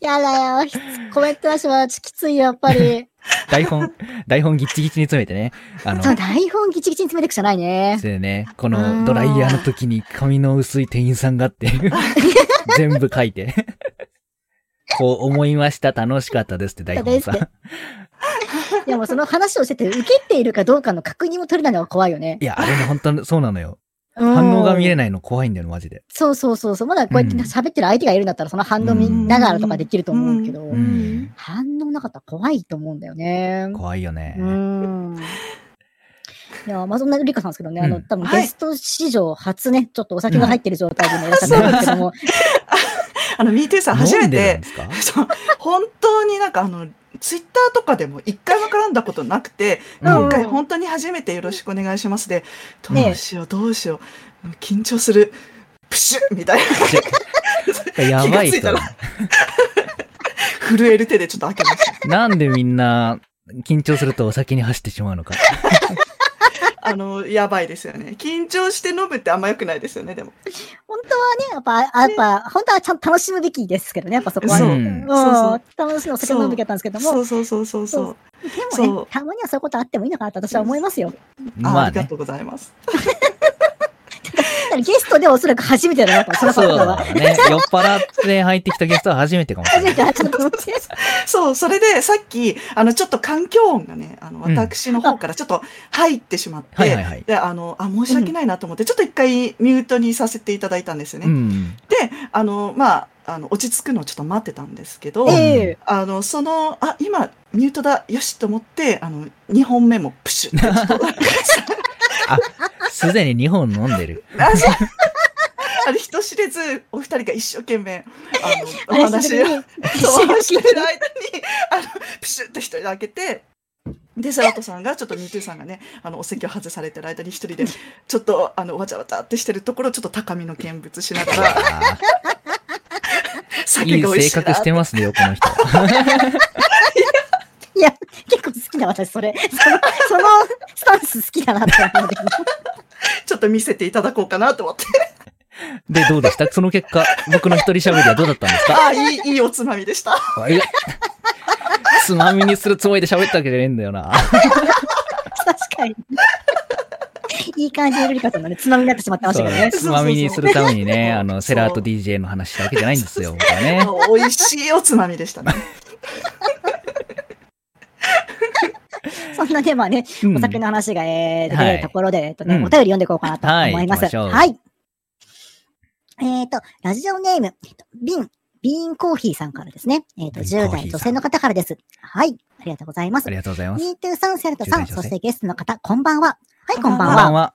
やだよ。コメントなしはきついよ、やっぱり。
台 本、台本ギッチギチに詰めてね。あの
そ、の台本ギチギチに詰めていくしかないね
そ。れでね、このドライヤーの時に髪の薄い店員さんがって いう、全部書いて。こう思いました、楽しかったですって台本さ。
でもその話をしてて、受けているかどうかの確認も取れないのが怖いよね
い。や、あれね、本当にそうなのよ。
反
反応が見
え
れないの怖いんだよね、マジで。
そうそうそうそう。まだこうやっ
う
て
ん
喋ってる相手がいるんだったら、その反応見ながらとかできると思うけど、
んうん
反応なかったら怖いと思うんだよね。
怖いよね。
うーん。いや、まあ、そんなリカさんですけどね、あ
う
の、
ん
多分
はい
ゲスト史上初ね、ちょっとお酒が入ってる状態でもいらっしゃったんですけども、
あのミーティーさん初
飲
め
んでるん
て
ですか
そう本当になんかあのツイッターとかでも一回も絡んだことなくて、
うん
今回本当に初めてよろしくお願いしますで、
ね
どうしよう、どうしよう、もう緊張する、プシュッみたいな。
やばい
気
人
がついたら。震える手でちょっと開けました。
なんでみんな緊張するとお酒に走ってしまうのか。
あの、やばいですよね。緊張して飲むってあんま良くないですよね、でも。
本当はね、やっぱ、あやっぱ、本当はちゃんと楽しむべきですけどね、やっぱそこは
そう
ね。
ん
うん
そうそう
楽しむお酒飲むべきだったんですけど
そ
も、
うそうそうそうそう。
でも
そ
ね
う、
たまにはそういうことあってもいいのかなと私は思いますよ。
あ
ま
あ
あ
りが
ね。
とうございます。
ゲストでおそらく初めてだなと、その
そう
方は。
だね。酔っ払って入ってきたゲストは初めてかもしれ
初
な
め
い。
てだなと思って。
そう、それでさっき、あの、ちょっと環境音がね、あの、
うん
私の方からちょっと入ってしまって、
はいはいはい。
で、あの、あ、申し訳ないなと思って、ちょっと一回ミュートにさせていただいたんですよね。
うん。
で、あの、まあ、あの、落ち着くのをちょっと待ってたんですけど、
ん
ええ
あの、その、あ、今、ミュートだ、よしと思って、あの、2本目もプシュってちょっと
あ、すでに2本飲んでる。
あそうあの、人知れず、お二人が一生懸命、あの、お話を、そう話してる間に、あの、プシュって一人で開けて、で、サラトさんが、ちょっとミートゥーさんがね、あの、お席を外されてる間に一人で、ちょっと、あの、わちゃわちゃってしてるところ、ちょっと高みの見物しながら、
あーい
酒
い
が美味
性
しいな
格してますね、よ、この人。
いや、 結構好きだ、私、それ。その、そのスタンス好きだなって思って。
ちょっと見せていただこうかなと思って、
で、どうでしたその結果、僕の一人喋りはどうだったんですか
ああ、いい、いいおつまみでした。
いやつまみにするつもりで喋ったわけじゃねえんだよな。
確かに。いい感じのルリカさんのね、つまみになってしまってましたけどね。
つまみにするためにね、あ
そ
の、
う
セラーと DJ の話したわけじゃないんですよ、僕はね。
あ美味しいおつまみでしたね。
そんなね、まあね、
うん
お酒の話が、えー、でき
は
る
い
ところで、えっとね、
うん
お便り読んでいこうかなと
はい
思います。
行きましょう
はい。えっ、と、ラジオネーム、えっとビン、ビーンコーヒーさんからですね。えっ、と、
ビーン
10
コーヒーさん
代女性の方からです。はい。ありがとうございます
あ。りがとうございます。
ミートゥーさん、セルトさ
10
ん、
代女性
そしてゲストの方、こんばんは。はい、
こ
こんば
ん
ん
ば
は
ん。は。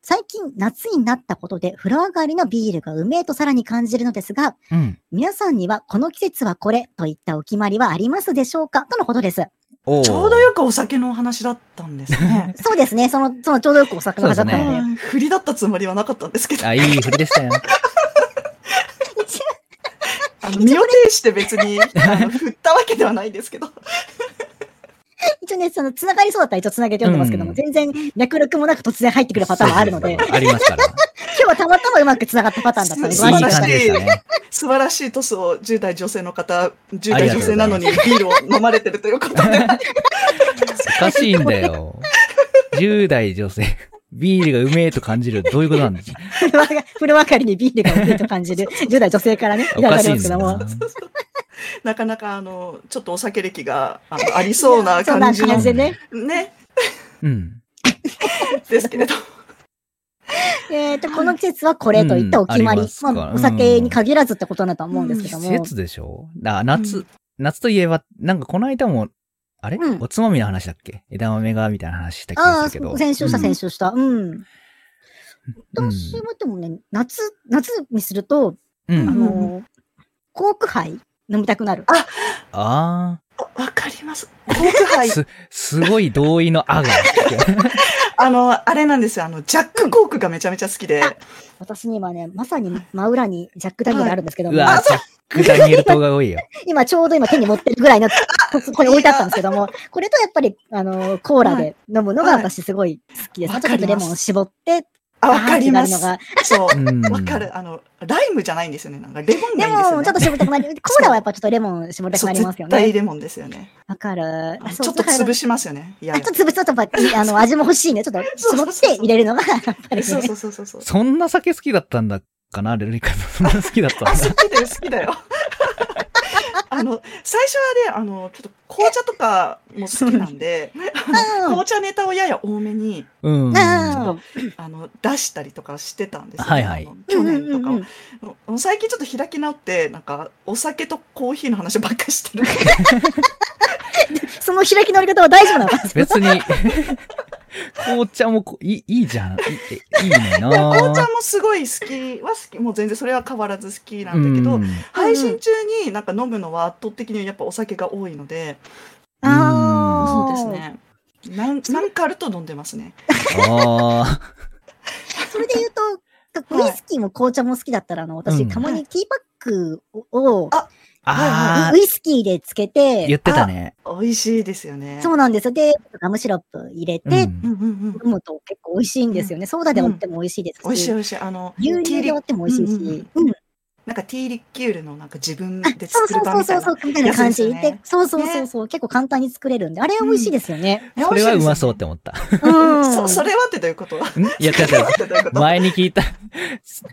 最近夏になったことで風呂上がりのビールがうめえとさらに感じるのですが、
うん。
皆さんにはこの季節はこれといったお決まりはありますでしょうかとのことです。。
おー
ちょうどよくお酒のお話だったんですね
そうですね。その、そのちょうどよくお酒の話だった
そう
の
で
で。
うん振りだったつもりはなかったんですけど、あ
あ、いい振りで したよ。
の身を挺して別にあの振ったわけではないんですけど、
一応ね、その、繋がりそうだったら一応繋げて読んでますけども、
うん
全然脈絡もなく突然入ってくるパターンはあるの
そ
で、
うそうそうありますから。
今日はたまたまうまく繋がったパターンだったの で、
素晴
いい
らし
感じでしたね。
素晴らしいトスを10代女性の方、10
あり
代
がとうご
女
ざい
性
ます
なのにビールを飲まれてるということ で、
おかしいんだよ。10代女性。ビールがうめえと感じる。どういうことなんですか
風呂上が風呂上がりにビールがうめえと感じ る10代女性からね、い
お
ただ
かし
い
てい
ま
ん
すけ
だ
ど
よ
も
な。。
なかなかあのちょっとお酒歴があのありそうな
そん
感
な
じ
感
の
じでね。
ね、
うん。
ですけれど、
えっと、この季節はこれといったお決まり。
うんありますから
まあ、お酒に限らずってことだと思うんですけども。
季節でしょだ夏、夏といえば、なんかこの間も、あれ、
うん
おつまみの話だっけ枝豆がみたいな話した気
あ
が
あ、
するけど。
先週した、先週した。うん。
うん
私もでもね、夏、夏にすると、
うん。
あ
うん
う
のー、コーク杯飲みたくなる。
あ
わかります。紅白
あ、
杯、
す、すごい同意のあ が。
あの、あれなんですよ、あの、ジャック・コークがめちゃめちゃ好きで、
私に今ね、まさに真裏にジャック・ダニエルあるんですけど
う
も、
わ、ジャック・ダニエル島が多いよ。
今ちょうど今手に持ってるぐらいの、これ置いてあったんですけども、これとやっぱり、あのー、コーラで飲むのが
はい
私すごい好きです。
はい
ちょっとレモンを絞って、
あ、わかります
あーって。なるのが
そうう。
ん。
わかる。あの、ライムじゃないんですよね。なんかレモ
レ
ンがいいんですよ
モン
ね。
をちょっと絞りたくなる。コーラはやっぱちょっとレモン絞りたく
そ
な
う
ります
絶
よね
対。レモンですよね。
わかる。あ
あの
そう
ちょっと
だから
潰しますよね。いや
あ
い
ちょ
や
っと潰すと、やっぱり、あの、味も欲しいね。ちょっと絞って入れるのが、やっぱり
そう
ね
そ。うそうそうそう。
そんな酒好きだったんだかなルリカさん。そんな好きだったん だ。
好きだよ、好きだよ。 あの、最初はね、あの、ちょっと紅茶とかも好きなんで、
うん
紅茶ネタをやや多めに、
うん。
うん
あの、出したりとかしてたんですよ、
はいはい
あの去年とか
うんうん
は
うん。
もう最近ちょっと開き直って、なんか、お酒とコーヒーの話ばっかりしてる。
その開きのり方は大丈夫なのか
別に、紅茶もこいい、いいじゃん。いいいいのにな
紅茶もすごい好きは好き、もう全然それは変わらず好きなんだけど、
うん
配信中になんか飲むのは圧倒的にやっぱお酒が多いので、
あ
そう
ー
です。ね。なんなんかあると飲んでますね。
ああ。
それで言うと、ウイスキーも紅茶も好きだったら、あの、私、
うん
たまにティーパックを、
あ
あ
ウイスキーでつけて、
ー、言ってたね。
美味しいですよね。。
そううなんですよ。で、ガムシロップ入れて、
うん
うんうんうん。
飲むと結構美味しいんですよね。ソーダで割っても美味しいですし、
美味しい美味しい。あの、
牛乳で割っても美味しいし、
うんうん
うん
なんかティーリキュールのなんか自分
あ
で
そう
作
そ
る
う
版
そう
みた
そそう、
いうな
みたいな感じ
やつですよ
で
ね、
そうそうそうそう、結構簡単に作れるんで、あれは美味しいですよね。
それはうまそうって
思
思った。
うん。
そそれはってどういうこと
んいや、違う違う。
ってどういうこと
前に聞いた。い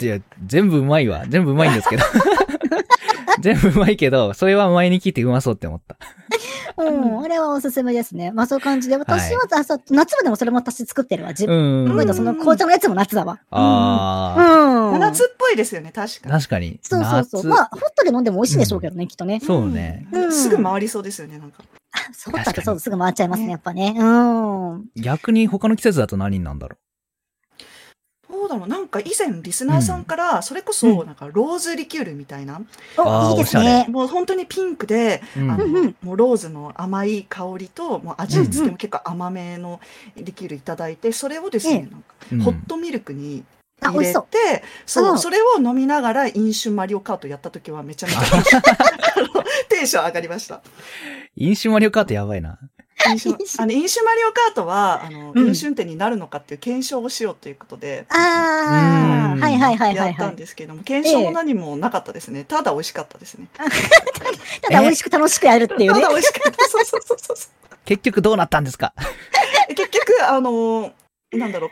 や、全部うまいわ。全部うまいんです けど。全部うまいけど、それは前に聞いてうまそうって思った。
うん、あれはおすすめですね。まあそういう感じで、私は、あそう夏までもそれも私作ってるわ。自
う
分、
ん。
覚えたその紅茶のやつも夏だわ。う
あ
ん。
真夏っぽいですよね、確かに。
確かに。
そうそうそう。
夏
まあ、ホットで飲んでも美味しいでしょうけどね、きっとね。
そうね。
うん
すぐ回りそうですよね、なんか。
ホットだ
確か
と
に
そう、すぐ回っちゃいますね、やっぱね。うん。
逆に他の季節だと何になんだろ
そうだろう、なんか以前リスナーさんから、それこ
う
そ、なんかローズリキュールみたいな、
あー
お、いいです
おしゃ
ね。
もう本当にピンクで、
う。う
あの
ん。
うん
もうローズの甘い香りと、もう味付けも結構甘めのリキュールいただいて、それをですね、
え
なんか
うん
ホットミルクに
あ、美
入
味し
れて
そう。、
そう
うん
それを飲みながら飲酒マリオカートやった時はめちゃめちゃあのテンション上がり ました。
飲酒マリオカートやばいな。
飲酒あの飲酒マリオカートはあの、
うん
飲酒運転になるのかっていう検証をしようということで。
あ
うん
ー、はいはいはいは
や
い
った
は
ん
い。
ですけども、検証も何もなかったですね。ただ美味しかったですね。
ただ美味しく楽しくやるってい
た
うね
だ。美味しかった。そうそうそうそうそ
結局どうなったんですか
う。結局、あの、なんだろ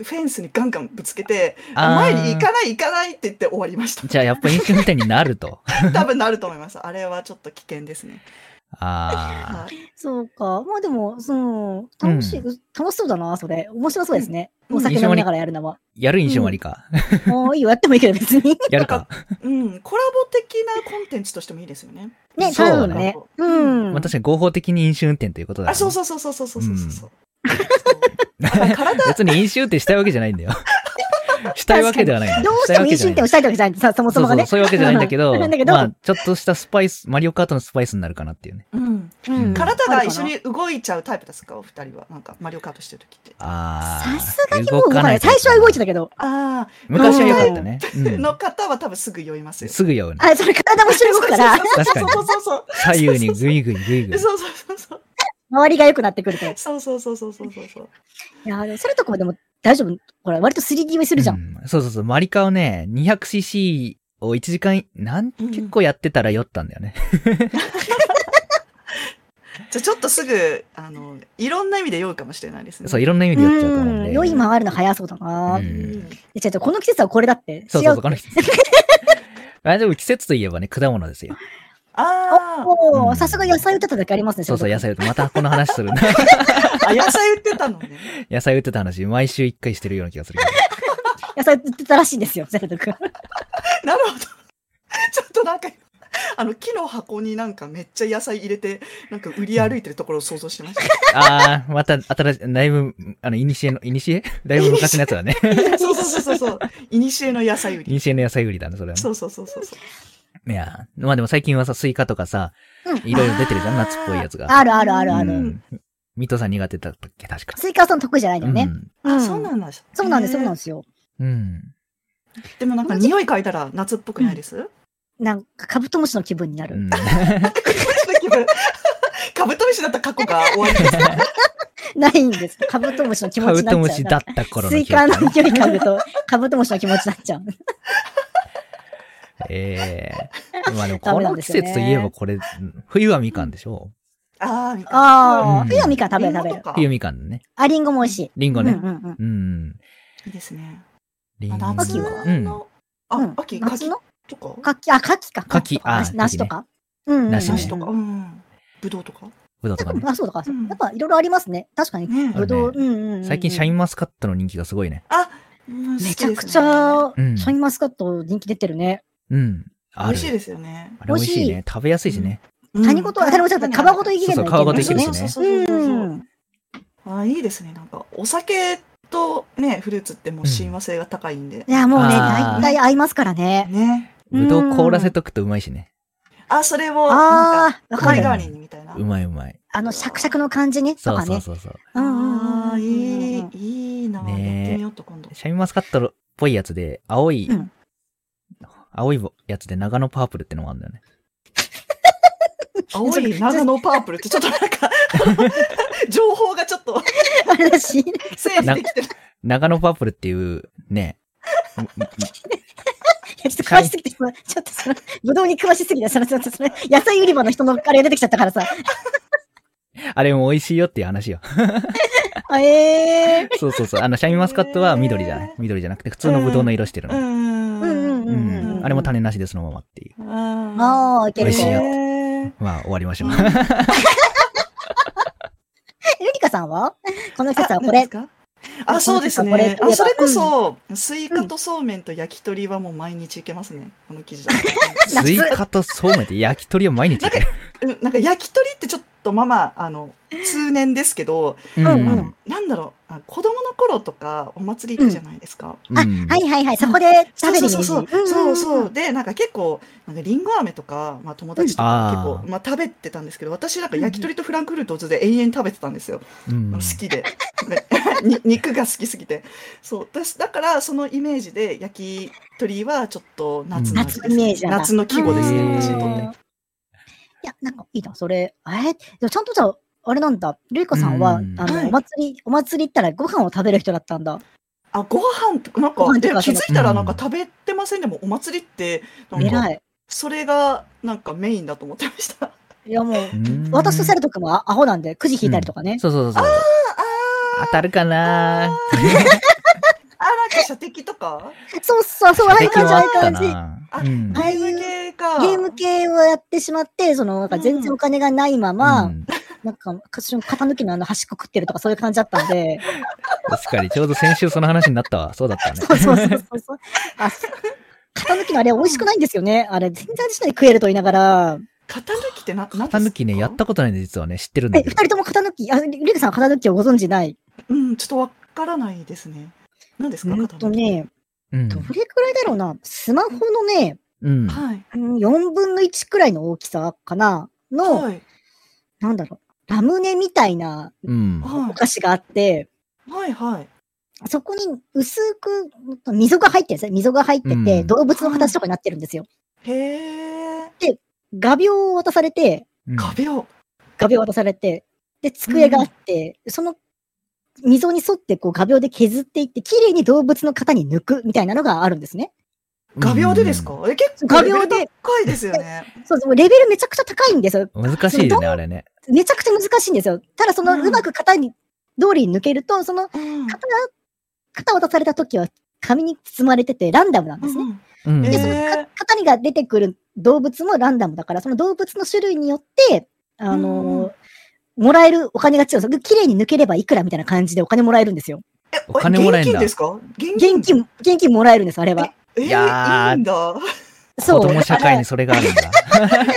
う、フェンスにガンガンぶつけて、
あー
前に行かない行かないって言って終わりました。
じゃあやっぱ飲酒運転になると。
多分なると思います。あれはちょっと危険ですね。
ああ。
はい
そうか。まあでも、その、楽しい、楽しそうだな、それ。面白そうですね。
うん
お酒飲みながらやるのは。
やる飲酒マリか。
もういいよ、やってもいいけど別に。
やるか。
うん、コラボ的なコンテンツとしてもいいですよね。
ね、
そう
多
だね
分ね。う
うん
ん。
まあ確かに合法的に飲酒運転ということだ、ね。
あ、そう
う。
そうそうそうそうそうそうそう。
別に飲酒運転したいわけじゃ ないんだよ。したいわけではないの。
どうしても飲酒運転をしたいってわけじゃないんでさ、そも
そ
そ
う
も
そ
が
う、
ね。
そういうわけじゃないんだけど、
なんだけど
まあ、ちょっとしたスパイス、マリオカートのスパイスになるかなっていうね。
うん、
うん
体が一緒に動いちゃうタイプですか、お二人は。なんか、マリオカートしてる時って。
あ
さ
あ。
すがにもう動かない。最初は動いてたけど。
ああ、
昔は良か ったね。うん
の方は多分すぐ酔いますよ。
すぐ酔うね。
あ、それ体も一緒に動くか ら、
確かに。
そうそうそう。
左右にグイグイグイグイ。
そうそうそう。
周りが良くなってくると。い
そうそうそうそうそうそうそう。
や、でもそれとかもでも大丈夫。ほら、割と 3D 目するじゃん。
うんそうそうそう。マリカをね、200cc を1時間、なん、
うん
結構やってたら酔ったんだよね。
じゃあちょっとすぐ、あの、いろんな意味で酔うかもしれないですね。
そう、いろんな意味で酔っちゃうと思うん
う
で。
ん。酔い回るの早そうだな
う。ん
うん
でちょっとこの季節はこれだって。
そうそう
違
そう、こ の季節。あでも季節といえばね、果物 ですよ。
あー
お
う
ー
ん
さすが野菜売ってただけありますね。
そうそう、野
菜。
菜売って、またこの話するな。
あ、野菜売ってたのね。
野菜売ってた話、毎週一回してるような気がするけど。
野菜売ってたらしいんですよ、ゼルト君。
なるほど。 ちょっとなんか、あの、木の箱になんかめっちゃ野菜入れて、なんか売り歩いてるところを想像してました。
あー、また新しい、だいぶ、あの、いにしえの、いに しえだいぶ昔のやつだね。
そうそうそうそう。いにしえの野菜売
い
り。
にしえの野菜売りだね、それはね
そ。うそうそうそうそう。
いやー、まあでも最近はさ、スイカとかさ、
うん
いろいろ出てるじゃん、夏っぽいやつが。
あるあるあるあ
う
る。
ん。ミトさん苦手だったっけ、確か。
スイカさん得意じゃないんだよね。
あ、
ん
そうなんだ。
そうなんです、そうなん
で
ですよ。
うん。うん。
す。でもなんか匂い嗅いだら夏っぽくないです
なんか、カブトムシの気分にな
う
る。
ん、
気分 カブトムシだった過去が終わりです。
ないんです。カブトムシの気持
カブ
ちになっちゃ
ト
う。
ムシだった頃
ス
の
イ
記憶
カ
だね
の勢い嗅ぐと、カブトムシの気持ちになっちゃう。
え えまあでも
ダ
こ
メなん
の
で
季
すよね
節といえばこれ、うん冬はみかんでしょ
ああ、みたい な。
あ
う
あ、
ん
冬はみかん食べる食べ
リンゴ
る
と。か
冬みかんね。
あ、リンゴも美味しい。
リンゴ
うんう
ね。
んうん。
うん。
いいですね。
リ
あ
ンゴ。
夏
うん。
の、あ、秋、
うん夏
柿
の
とか
柿、あ、柿か。
柿
とか
あ
梨梨と
柿ね
か。うんうん。
梨ね
梨とか、うん。ぶどうとか。
ぶどうとかね。
あ、そうだか
う
ら。
ん
やっぱいろいろありますね。確かに。
ね
ある
ぶ
ね
どう、うんうんうん。
最近シャイ
ン。
ンマスカットの人気がすごいね。
あ、うん
めちゃくちゃ、
う
シ
ん
ャインマスカット人気出てるね。
うん。
美
ある
味しいですよね。
あれ美味しいね。食べやすいしね。
谷ごと、あ、谷ごとじゃない、皮ごといけるの
そうそう皮ごとい
い
け
け
る
る
し
し
ね
ね。
そうそうそうそう
う
そう。
ん。
あ、いいですね。なんか、お酒とね、フルーツってもう親和性が高いんで
い。や、もうね、
あー
大体合いますからね。
ね。
ぶどう凍らせとくとうまいしね。
あ、それを、なんか、
ああ、わ
お
か
代
る。
わりにみたいな
う。まいうまい。
あの、シャクシャクの感じね。と
そう
か
そう
ね。
そうそう。
ああ、
うんう
い
ん
い、いいな。やっ
ね
てみようと、今度。
シャインマスカットっぽいやつで、青い
うん、
青いやつで長野パープルってのもあるんだよね。
青い長野パープルってちょっとなん か、情報がちょっと
私、
整理できてない。
長野パープルっていう、ね。
いやちょっと詳しすぎて、ちょっとその、ぶどうに詳しすぎて、その、その、その、野菜売り場の人のカレー出てきちゃったからさ。
あれも美味しいよっていう話よ。
あえ
そうそうそう。あの、シャインマスカットは緑じゃない。緑じゃなくて、普通のブドウの色してる
う
の。
ー。
ん
うんうん
う
うんうん
ん。あれも種なしでそのままっていう。
うん。ああ、いけ
美
る
味しいよ
ね。
ね
まあ、終わりま しょう。
えゆりかさんはこの季節はこれ。
あ。あ、そうです
これ
ね。あ、それこそ、スイカとそうめんと焼き鳥はもう毎日いけますね。この記 事だと
スイカとそうめんって焼き鳥を毎日いける。
うんなんか焼き鳥ってちょっとまあまあ、あの、通年ですけど、
うん
なんか
うん
なんだろう、あ子供の頃とかお祭り行くじゃないですか。
う
あ、
ん。
はいはいはい、そこで
そ
食
う
べ
そ
る
うそうそう。そうそう。で、なんか結構、なんかリンゴ飴とか、まあ友達とか結
うんあ
構、まあ食べてたんですけど、私なんか焼き鳥とフランクフルトをずっと永遠に食べてたんですよ。
うん
好きで。 ねに肉が好きすぎて。そう。私、だからそのイメージで焼き鳥はちょっと夏の
夏
味で
の
す
イメ
ね
ージなんだ
夏の季語です
うん
ね、私
ち
にとっ
ね
て。
いや、なんかいいな、それ。えー、でもちゃんとじゃあ、あれなんだ。ルイカさんは、あ
うん
の、
はい
お祭り、お祭り行ったらご飯を食べる人だったんだ。
あ、ご飯とか、なん
ご飯
か、
と
で
か
気
その
づいたらなん
う
か
ん
食べてませんでも、お祭りって、なんか、
偉い。
それがなんかメインだと思ってました。
いや、もう、
うん
私とセルト君はアホなんで、くじ引いたりとかね。
そうそうそうそう。当たるかな
あ、なんか射的とか
そうそうそう、ああいう
敵
感
も
じ、あ
あっ
あいう
た
感じ。
な。うん
ゲ
ああい
ーム系か。
ゲーム系をやってしまって、その、なんか全然お金がないまま、
うん
なんか、かし肩抜きのあの端っこ食ってるとかそういう感じだったんで、
確かに、ちょうど先週その話になったわ。そうだったね。
そうそうそうそうそう。あ肩抜きのあれ美味しくないんですよね。あれ、全然味しない食えると言いながら、
型抜きってな、
肩抜きね、やっ。たことないんで、実はね、知ってるん
え、
だけ
二
ど。
人とも肩抜き、あ、リリクさんは肩抜きをご存知ない。
うん、ちょっとわからないですね。何ですか、
うん
型
と
抜き。
ね、
うん
どれくらいだろうな、スマホのね、
うん。
はい。
うん4分の1くらいの大きさかな、の、
はい。
なんだろう、ラムネみたいな
うん。
お
は
菓子があって、
い。はい。はい。
そこに薄く溝が入ってるんですね。溝が入ってて、
うん
動物の形とかになってるんですよ。
へえ。
画鋲を渡されて、
うん
壁を。
画鋲を渡されて、で、机があって、その溝に沿ってこう画鋲で削っていって、綺麗に動物の型に抜くみたいなのがあるんですね。
画鋲でですかえ、結構
画
レベ
鋲
ル
で、
高いですよね。
そうそう、レベルめちゃくちゃ高いんですよ。
難しいよね、あれね。
めちゃくちゃ難しいんですよ。ただその
うん
うまく型に、通りに抜ける と、その
うん。
型が、型渡された時は紙に包まれててランダムなんですね。
うん。
へ
でその
え。
型にが出てくる動物もランダムだから、その動物の種類によって、あのーもらえるお金が違うんですよ。綺麗に抜ければいくらみたいな感じでお金もらえるんですよ。
え、
お金もらえんだ
現金ですか現金。
現金、現金もらえるんです、あれは。
え
いやー
ー、いいんだ。
そ
子
う。
供社会にそれがあるんだ。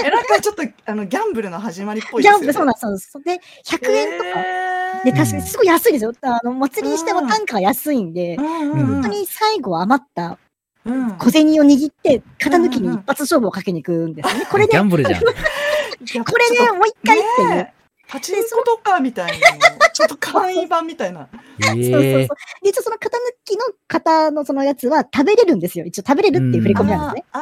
え、なんかちょっと、あの、ギャンブルの始まりっぽい
ジ
で
ャ
すよ
ン
ね。
プ、そうなんですそうなんです。で、100円とか。
へ
で、
ー
確かにすごい安いですよ。あの、祭りにしても
うん
単価が安いんで
う、んうんうん
本当に最後余った
うん
小銭を握って、型抜きに一発勝負をかけに行くんですよ ね。これ
ギ
で、
ャ
こ
ンブル じゃん。
いや
れ
ちょっ
でもう一回っていう。
ねえパチンコとかみたいなの。ちょっと簡易版みたいな。
そうそう
ええ
そう。で、一応その型抜きの型のそのやつは食べれるんですよ。一応食べれるっていう振り込みなんですね。
あ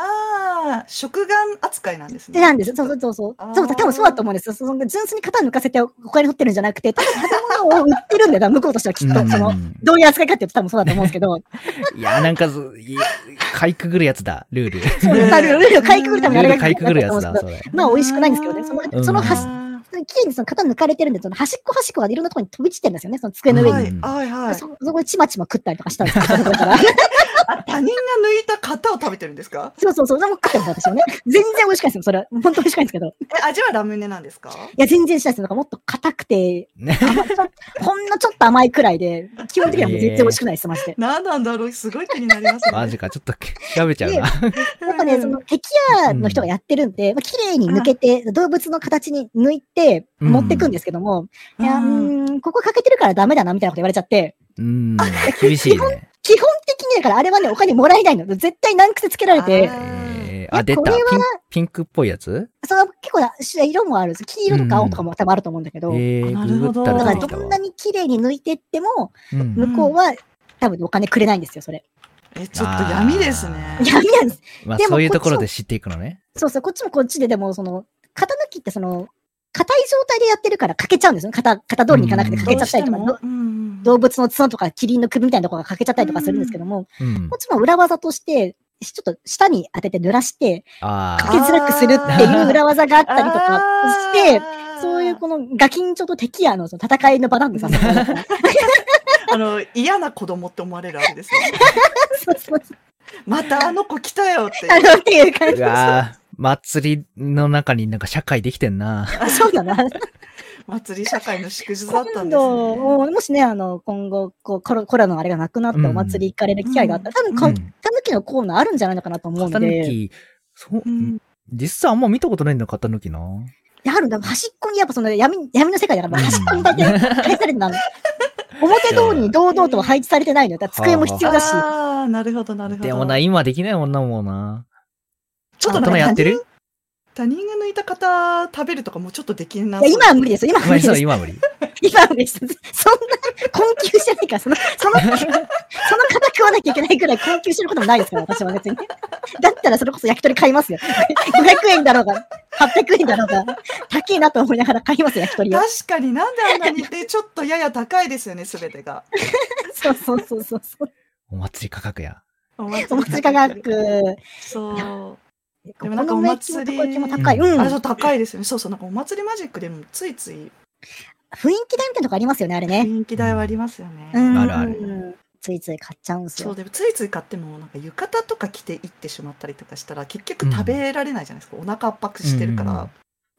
ーあー、食玩扱いなんです
で、
ね。
なんです。そうそうそうそう
あ。ー
そう、多分そうだと思うんですよ。その純粋に型抜かせてお金取ってるんじゃなくて、多分型物を売ってるんだよな、向こうとしてはきっと。その、どういう扱いかっていうと多分そうだと思うんですけど、
いや、なんかず、いかいくぐるやつだ、ルール。ルー
そう
ね
ルールをかいくぐるためにあれ
ル
が
かいくぐるやつだ、それ。
まあ美味しくないんですけどね。その、その端、
は
綺麗にその型抜かれてるんで、その端っこ端っこがいろんなところに飛び散ってるんですよね、その机の上に。
い、はい、はい。
そそこでちまちま食ったりとかしたんですよ、そこから。
あ他人が抜いた型を食べてるんですか
そうそうそう、それも食ってるんですよね。全然美味しくないですよ、それは。本当美味しくないんですけど。
え、味はラムネなんですか
いや、全然しないですなんかもっと硬くて、
ね
甘いちょほんのちょっと甘いくらいで、基本的にはもう全然美味しくないです、マジで。
何なんだろうすごい気になりますね。
マジか、ちょっと調べちゃうな。
なんかね、その、テキヤの人がやってるんで、まあ、綺麗に抜けて、動物の形に抜いて、
うん
持ってくんですけども、
うん
いや、うーん、ここ欠けてるからダメだな、みたいなこと言われちゃって、
うん。厳しい ね。
基本的にだからあれはね、お金もらえないの。絶対難癖つけられて、
えー
い
あ、
や
出た。
こ
ピ
れ
ン
は
ピンクっぽいやつ
その結構な種色もあるんです黄色とか青とかも多分あると思うんだけど、
ええ
な
ー、
る
グ
ほ
グ
ど
った
だ
ら出
か
て
ら
きた
どん
わ
な。に綺麗に抜いてっても、
うん
向こうは多分お金くれないんですよ、それ。
え、ちょっと闇ですね
あー。
闇なんです。
まあ、
でも
そういうところで知っていくのね。
そうそう、こっちもこっちででも、その、型抜きってその、硬い状態でやってるから欠けちゃうんですよ。型、型通りにいかなくて欠けちゃったりとか、ど動物の角とかキリンの首みたいなとこが欠けちゃったりとかするんですけども、
うん
も。ちろん裏技として、ちょっと下に当てて濡らして、
あ
か
あ
け。づらくするっていう裏技があったりとかして、そういう
こ
このガキンチョと敵やのその戦いの場なんですよ、そこが そう
と。あの、嫌な子供って思われるわけですよね。
そうそう
またあの子来たよって
あ
いう。
のっていう感
う
じ。
わー祭りの中になんか社会できてんな。
あそうだな。
祭り社会の祝日だった
今
んです
度、
ね。
もしね、あの、今後、こう、コロコロナのあれがなくなって
うん
お祭り行かれる機会があったら、多
う
分、か、
ん。
たぬきのコーナーあるんじゃないのかなと思うん
型
で。
抜
い
き、そう
う、ん
実際あんま見たことないんだ、型抜きな。
や、あるんだ。端っこに、やっぱその闇、闇の世界だから、
うん
端っこにだけ配置されてたの。表通りに堂々とは配置されてないのよ。だから机も必要だし。
ああ、なるほど、なるほど。
でもな、今できないもんなもんな。
ちょっと
大
な
人
んか
やってる
他人が抜いた方食べるとかもちょっとできんない
や、。今は無理ですよ。今は無
今、
理で
そう
す。
今無理。
今は無理です。そんな困窮してないから、その、その、その方食わなきゃいけないくらい困窮してることもないですから、私は別に。だったらそれこそ焼き鳥買いますよ。500円だろうが、800円だろうが、高いなと思いながら買いますよ、焼き鳥を。
確かになんであんなにってちょっとやや高いです よね、すべてが。
そうそうそうそうそう。
お祭り価格や。
お
お祭り科学。で
そう。でも
もな
な
んん
か
か
お
お
祭
祭
り
りも高い。うん。
あれそ
雰囲
う高いですよね。そうそう、なんかお祭りマジックでもついつい
気代みたいなとこありますよね、あれね。
人気代はありますよね。
うん。
あるあ
る。ついつい買っちゃうんです
そう
よ。
でもついつい買ってもなんか浴衣とか着て行ってしまったりとかしたら結局食べられないじゃないですか、お腹圧迫してるから、
うんうんうん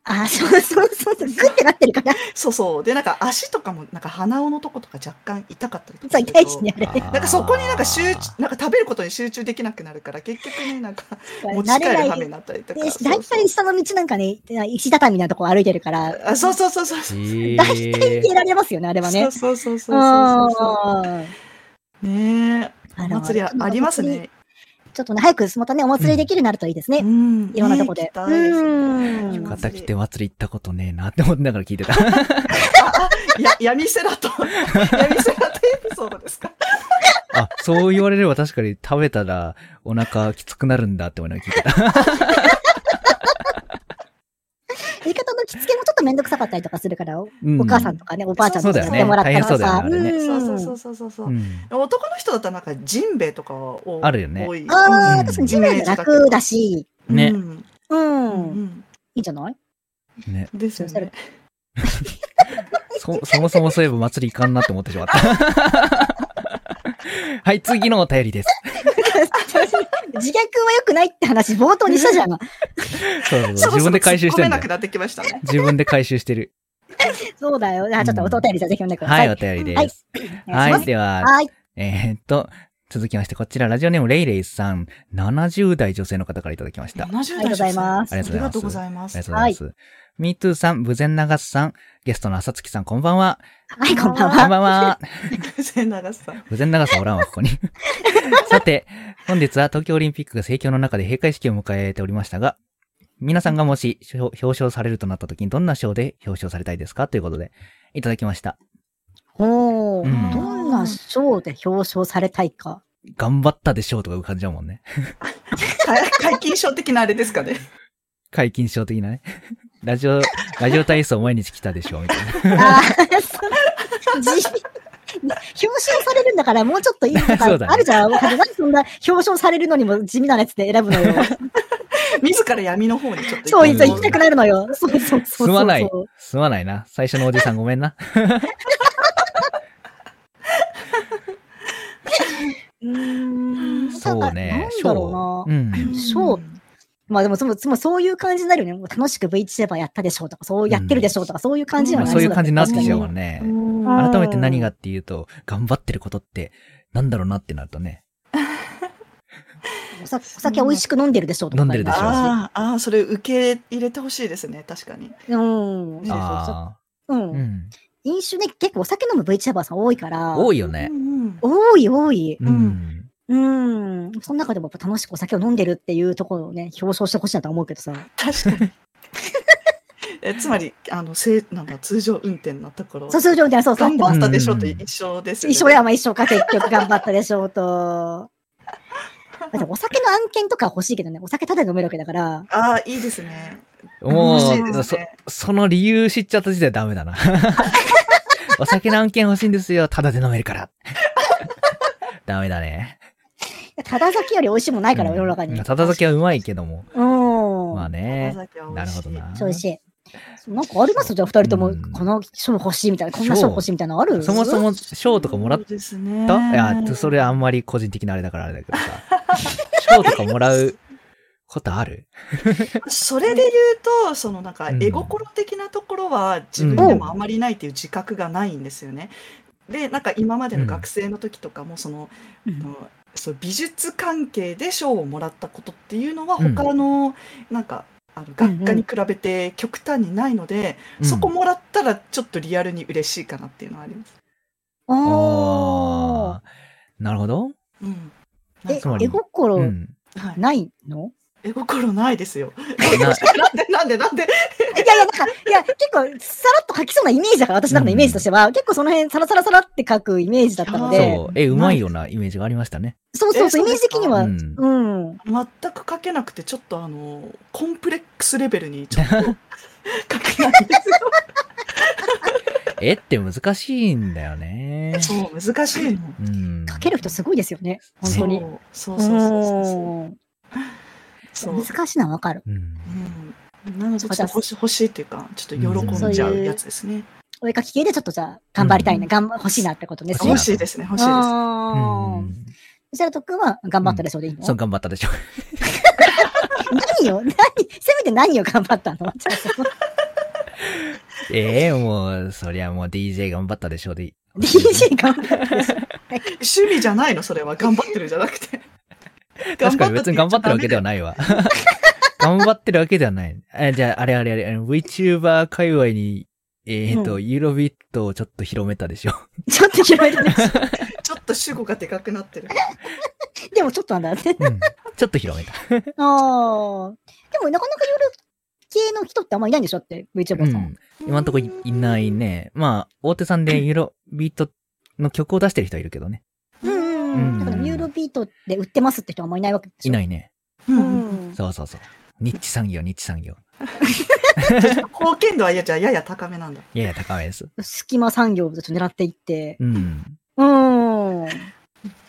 あ、そうそうそうそう。グッてなってるから。
そうそうでなんか足とかもなんか鼻緒のとことか若干痛かったりとか
そう、
する
痛いし
と
ね、あれね。
なんかそこになんか集中
あ
なんか食べることに集中できなくなるから結局ねなんか持ち
慣
帰る
れない
羽目になったりと
で
か
大体下の道なんかね、石畳みたいなとこ歩いてるから、
あそうそうそうそうそう
ー。
大体消えられますよね、あれはね。
そうそうそうそう
うん
そうそうねえ
あ
お
ら
祭りあります。ね
ちょっとね、早くまたね、お祭りできるようになるといいですね。
うん
いろんなとこで。
行きたいです
うん
今
肩着て祭り行ったことねえなって思いながら聞いてた。
ああや闇セラと 闇セラってエピソードですか
あ、そう言われれば確かに食べたらお腹きつくなるんだって思いながら聞いてた。
言い方の着付けもちょっとめんどくさかったりとかするから、お
う
お母さんとかね、おばあちゃんとかやってもらったり
そ
と
うだよね
か。
大変そうだよねあれ
そうそうそ
ん
うそうそうそう、
うん
男の人だったらなんかジンベエとかは多い
あるよね
多い
あ
う
あ、
ん
確かに地面で楽だし、
ね
うん
う、
うん
い
ん
いんじゃない
ね。
ですよね
そ、そもそもそういえば祭り行かんなって思ってしまった。 はい、次のお便りです。
自虐は良くないって話、冒頭にしたじゃん。
そうそうそう。自分で回収してるんだ
そ
よ。
ろそろ突っ込めなくなってきましたね
自分で回収してる。
そうだよ。じゃあちょっとお便りじゃあぜひ読んでくだ
は
さい。
い、お便りです。
は
はいい、
お願いし
では
ます。、はい。
えーっと、続きまして、こちら、ラジオネームレイレイさん、70代女性の方からいただきました。あ
70
ありがとうございます
ありがとうございます
ありがとうございま
りが
す
とうございます。ミートゥーさん、無前流すさん、ゲストの浅月さん、こんばんは。
はい、こんばん
こん
は。
ばんは。
瀬長さん
無前流すおらんわ、こ こに。さて、本日は東京オリンピックが盛況の中で閉会式を迎えておりましたが、皆さんがもし表表彰されるとなった時にどんな賞で表彰されたいですかということで、いただきました。
おお、
うん
どんな賞で表彰されたい か。
頑張ったでしょうとか浮かんじゃうもんね。
解解禁症的なあれですかね
解禁賞的なね。 ラジオ、ラジオ体操毎日来たでしょうみ たいな。
あーそう地味表彰されるんだから、もうちょっといいと
そうだね
かあるじゃん。なんでそんな表彰されるのにも地味なやつで選ぶの よ。
自ら闇の方にちょっと
そう、い
そ
ざ
う
行きたくなるのよ。そうそうそうそう。
すまない。すまないな。最初のおじさんごめんな。
うーん。
そうね。
なんだろ
う。
うんな。賞。まあでもそも、そもそういう感じになるよね。もう楽しく VTuber やったでしょうとか、そうやってるでしょうとか、そういう感じに
ま
は
あそ
な
ういう感じになってきちゃう
も
も
ん
ん
ね。
ね。
うん
改めて何がっていうと、頑張ってることってなんだろうなってなるとね。
お酒お酒美味しく飲んでるでしょうとか。
飲んでるでしょう
あーあーそれ受け入れてほしいですね確かに
うん。そうそうそう
あ
う
あ。
ん
う。ん。
飲酒ね、結構お酒飲む VTuber さん多いから。
多
い。
いよね
う。んうん
多い、多い。
う
うん
ん。
うん。その中でもやっぱ楽しくお酒を飲んでるっていうところをね、表彰してほしいなとは思うけどさ。
確かに えつまりあのせなんか通常運転のところ
そう、通常みたいな、そうそう。
頑
一
張ったでしょと一緒ですよ、ね。
生やまあ一生か、結局頑張ったでしょうと。だってお酒の案件とかは欲しいけどね、お酒ただで飲めるわけだから、
ああ、いいですね。
も
欲しいで
う、
す
そ
ね、
その理由知っちゃった時点でダメだ な。お酒何件欲しいんですよ。ただで飲めるから。 ダメだね。
ただ酒より美味しいもんないから、世の中
う
に。
んただ酒はうまいけども。
うん。
まあね。なるほどな。
そう美味しい。なんかありますじゃあ、二人とも
うん、
この賞欲しいみたいな、こんな賞欲しいみたいなのある
そもそ
も。
も賞とかもらっ
そうですね。
たいや、それあんまり個人的なあれだからあれだけどさ。 賞とかもらうことある
それで言うと、そのなんか、
うん
絵心的なところは自分でもあまりないっていう自覚がないんですよね。で、なんか今までの学生の時とかも、その、
うん
あのそう美術関係で賞をもらったことっていうのは、
うん
他の、なんか、あの学科に比べて極端にないので、
うん
そこもらったらちょっとリアルに嬉しいかなっていうのはあります。
あ
あーなるほど。
うん、
あ。え
つま、り
絵心
うん。
はい、
ないの
絵心ないですよ。
な
なんでなんで
いやいや、なんか、いや、結構、さらっと書きそうなイメージだから、私なんかのイメージとしては、結構その辺、さらさらさらって書くイメージだったので、
そう、え、うまいようなイメージがありましたね。
そうそうそう、イ
えそう
メー
で
ジ
すか
的には、
う
うんん。
全く書けなくてちょっとあのコンプレックスレベルにちょっと書けないんですよ。
絵って難しいんだよね。
そう難しいの。
うん。
書ける人すごいですよね、本当に。
そうそうそうそうそう
うん
そう。
難しいのはわかる。
うん。
うん、なのでちょっと欲し欲しいっていうかちょっと喜んじゃうやつですね。
お絵描き系でちょっとじゃあ、頑張りたいな、
うん
頑張欲しいなってことです
そう
ね。
いう
欲
そう
しいですね欲しいです。
う
ああ。
ん。
そしたらとくんは頑張ったでしょうでいいの、
そう、頑張ったでしょ。
何 よ何せめて何を頑張ったの じゃあそこ
ええもう、そりゃもう DJ 頑張ったでしょうでいい。
DJ 頑張った でしょ
趣味じゃないのそれは頑張ってるんじゃなくて。
確かに別に頑張ってるわけではないわ。頑張ってるわけではない。えじゃあ、あれあれあれ、あの VTuber 界隈に、えっ、と、
う
ユーロビットをちょっと広めたでしょ。
ちょっと広いね
ちょっと主語がでかくなってる。
でもちょっとなんだね。
うん。 ちょっと広めた。
ああ。でもなかなか夜系の人ってあんまいないんでしょだって VTuber さん。
うん。今んとこいいないね。まあ、大手さんでユーロビットの曲を出してる人はいるけどね。
うんうんう
うん
ん。だからユーロビートで売ってますって人はあんまいないわけでしょ。
いないいね。
うん
う
うん
ん。
そうそうそう。ニッチ産業、ニッチ産業。
貢献度はいやじゃあやや高めなんだ。
やや高めです。
隙間産業をちょっと狙っていって。
うん。
うん。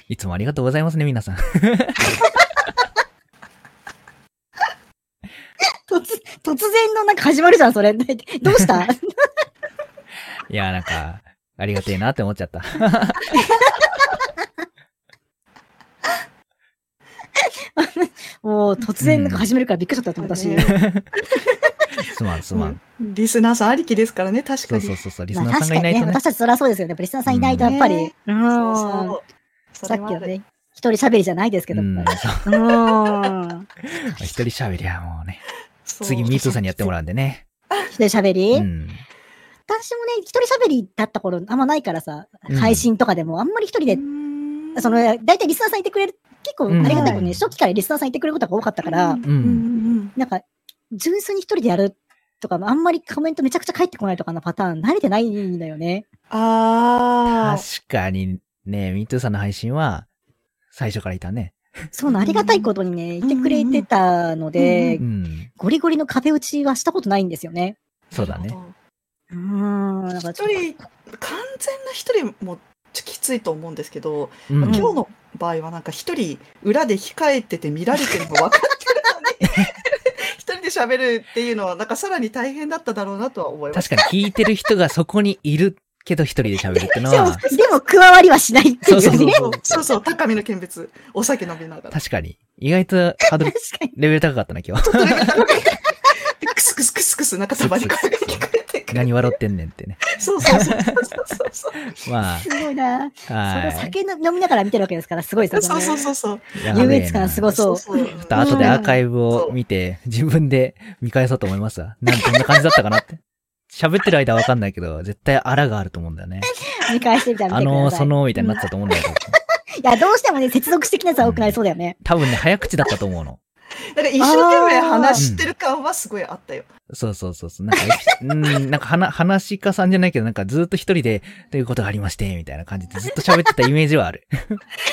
いつもありがとうございますね、皆さん。
突突然のなんか始まるじゃん、それ。 どうした
いや、なんか、ありがてえなって思っちゃった。
もう突然なんか始めるからびっくりしちゃった、私。
すまん、すまん。
リスナーさんありきですからね確
そ
か
う
に。
そうそうそう、リス
まあ
ナーさん
確
が
か
い
に
ないと
ね、
ね。
私たちそりゃそうですよね。やっぱリスナーさんいないとやっぱり。
ね
うん
そうそう。
さっきはね、一人喋りじゃないですけど。
う、
うんん。
そう一人喋りはもうね。次、ミートさんにやってもらうんでね。
一人喋り、
うん。
私もね、一人喋りだった頃あんまないからさ
うん、
配信とかでもあんまり一人で、
で
その、大体リスナーさんいてくれる、結構ありがたいこと
うん
に、初期からリスナーさんいてくれることが多かったから、
うん
ん
なんか、純粋に一人でやるとか、あんまりコメントめちゃくちゃ返ってこないとかのパターン、慣れてないんだよね。
あ
確かにね、ミートさんの配信は、最初からいたね。
そうなの、ありがたいことにね、言ってくれてたので、
う
うん。
ゴリゴリの壁打ちはしたことないんですよね。
あ。
そうだね。。
うーん、なんかち
一
ょっと
人、完全な一人もちょきついと思うんですけど、
うん
ん
今日の場合はなんか一人裏で控えてて見られてるの分かって るのに、一人で喋るっていうのはなんかさらに大変だっただろうなとは思います。
確かに聞いてる人がそこにいるけど一人で喋るっての
でも
は、、
でも加わりはしないっていうね。
そうそう
そうそうそう、高みの見物、お酒飲みなが ら。
確かに。意外とハードル、
確かに。
レベル高かったな、今日。
クスクスクスクス、なんかそばに声が聞こえてくる。
何笑ってんねんってね。
そうそうそうそうそう。
まあ、
すごいな。それ
は
を
い。
酒飲みながら見てるわけですから、すごいですよね。
そうそうそうそう。
やべえな
優越感すごそう。
そうそう。
ちょっと後でアーカイブを見て、自分で見返そうと思いますわ。なんどんな感じだったかなって。喋ってる間はわかんないけど、絶対あらがあると思うんだよね。
見返してみたら
あ
見てく
の
だ
ー、
さ
そ
い。
の、みたい になってたと思うんだけど。
いや、どうしてもね、接続してきなやつは多くなりそうだよね。
多分ね、早口だったと思うの。
だから一生懸命話してる感はすごいあったよ。
そうそうそうそう。なんか、うん、なんか、はな、話し家さんじゃないけど、なんかずっと一人で、ということがありまして、みたいな感じでずっと喋ってたイメージはあ る。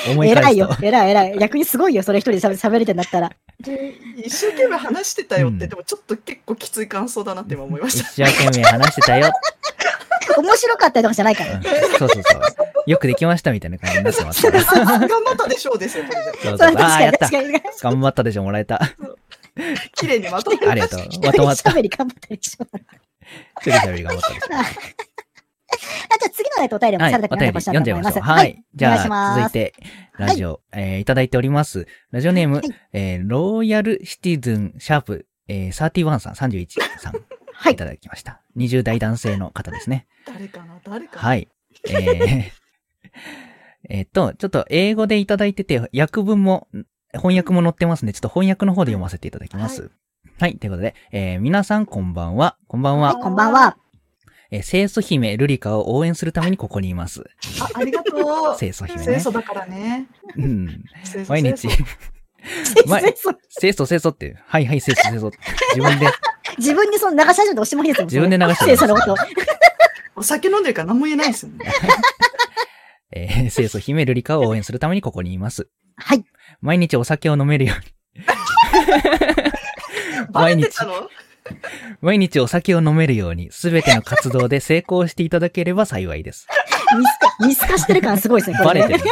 思い返すと。
偉いよ。偉い偉い。逆にすごいよ。それ一人で喋喋れてんだったら。
で一生懸命話してたよって、
うん
でもちょっと結構きつい感想だなって今思いま
一
した。
生懸命話してたよ。
面白かったりとかじゃないか
う
ら。
んそうそうそう。よくできましたみたいな感じになってますか。
だか らら さすがまたでしょうですよ、これじゃ
そう
そ
そうう。ああ、やっ
確
た
か。に確か
頑張ったでしょ、もらえた。
綺麗にまとめ
ありがとう。まと
に。
まっ
一
た。
人喋り頑張ったりしょ。あ、
一人喋り頑張ったでしょ。
じゃあ次のねお便りも
は
さ
い、お
れた
便
くな
り
いか
読んじゃいましょう。
は
はいい。。じゃ
お願いし
あ、
ます
続いて、ラジオ、えーいただいております。ラジオネーム、
はい
えーロイヤルシティズンシャープ、えー、31さん、31さん、
はい
いただきました。20代男性の方ですね。
誰かな誰かな、
はい。えー えっと、ちょっと英語でいただいてて、訳文も、翻訳も載ってますんで、ちょっと翻訳の方で読ませていただきます。はい、ということで、えー皆さんこんばんは。こんばん
はい、
は。
こんばんは。
えー、清楚姫ルリカを応援するためにここにいます。
あありがとう。
清楚姫
清
ね。
楚だからね。
うん。
清楚
毎日
清楚、
前
先生そう
清楚清楚って、はいはい清楚清楚って、自分で、
自分でその流し始めておしまいですよ。
自分で流して
先生のこと。
お酒飲んでるから何も言えないですよね。
えー、清楚姫ルリカを応援するためにここにいます。
はい。
毎日お酒を飲めるように。
バ
毎
レて
日
た、の
毎日お酒を飲めるように、すべての活動で成功していただければ幸いです。
見透か、見透かしてる感すごいですね。
バレて
る。
る。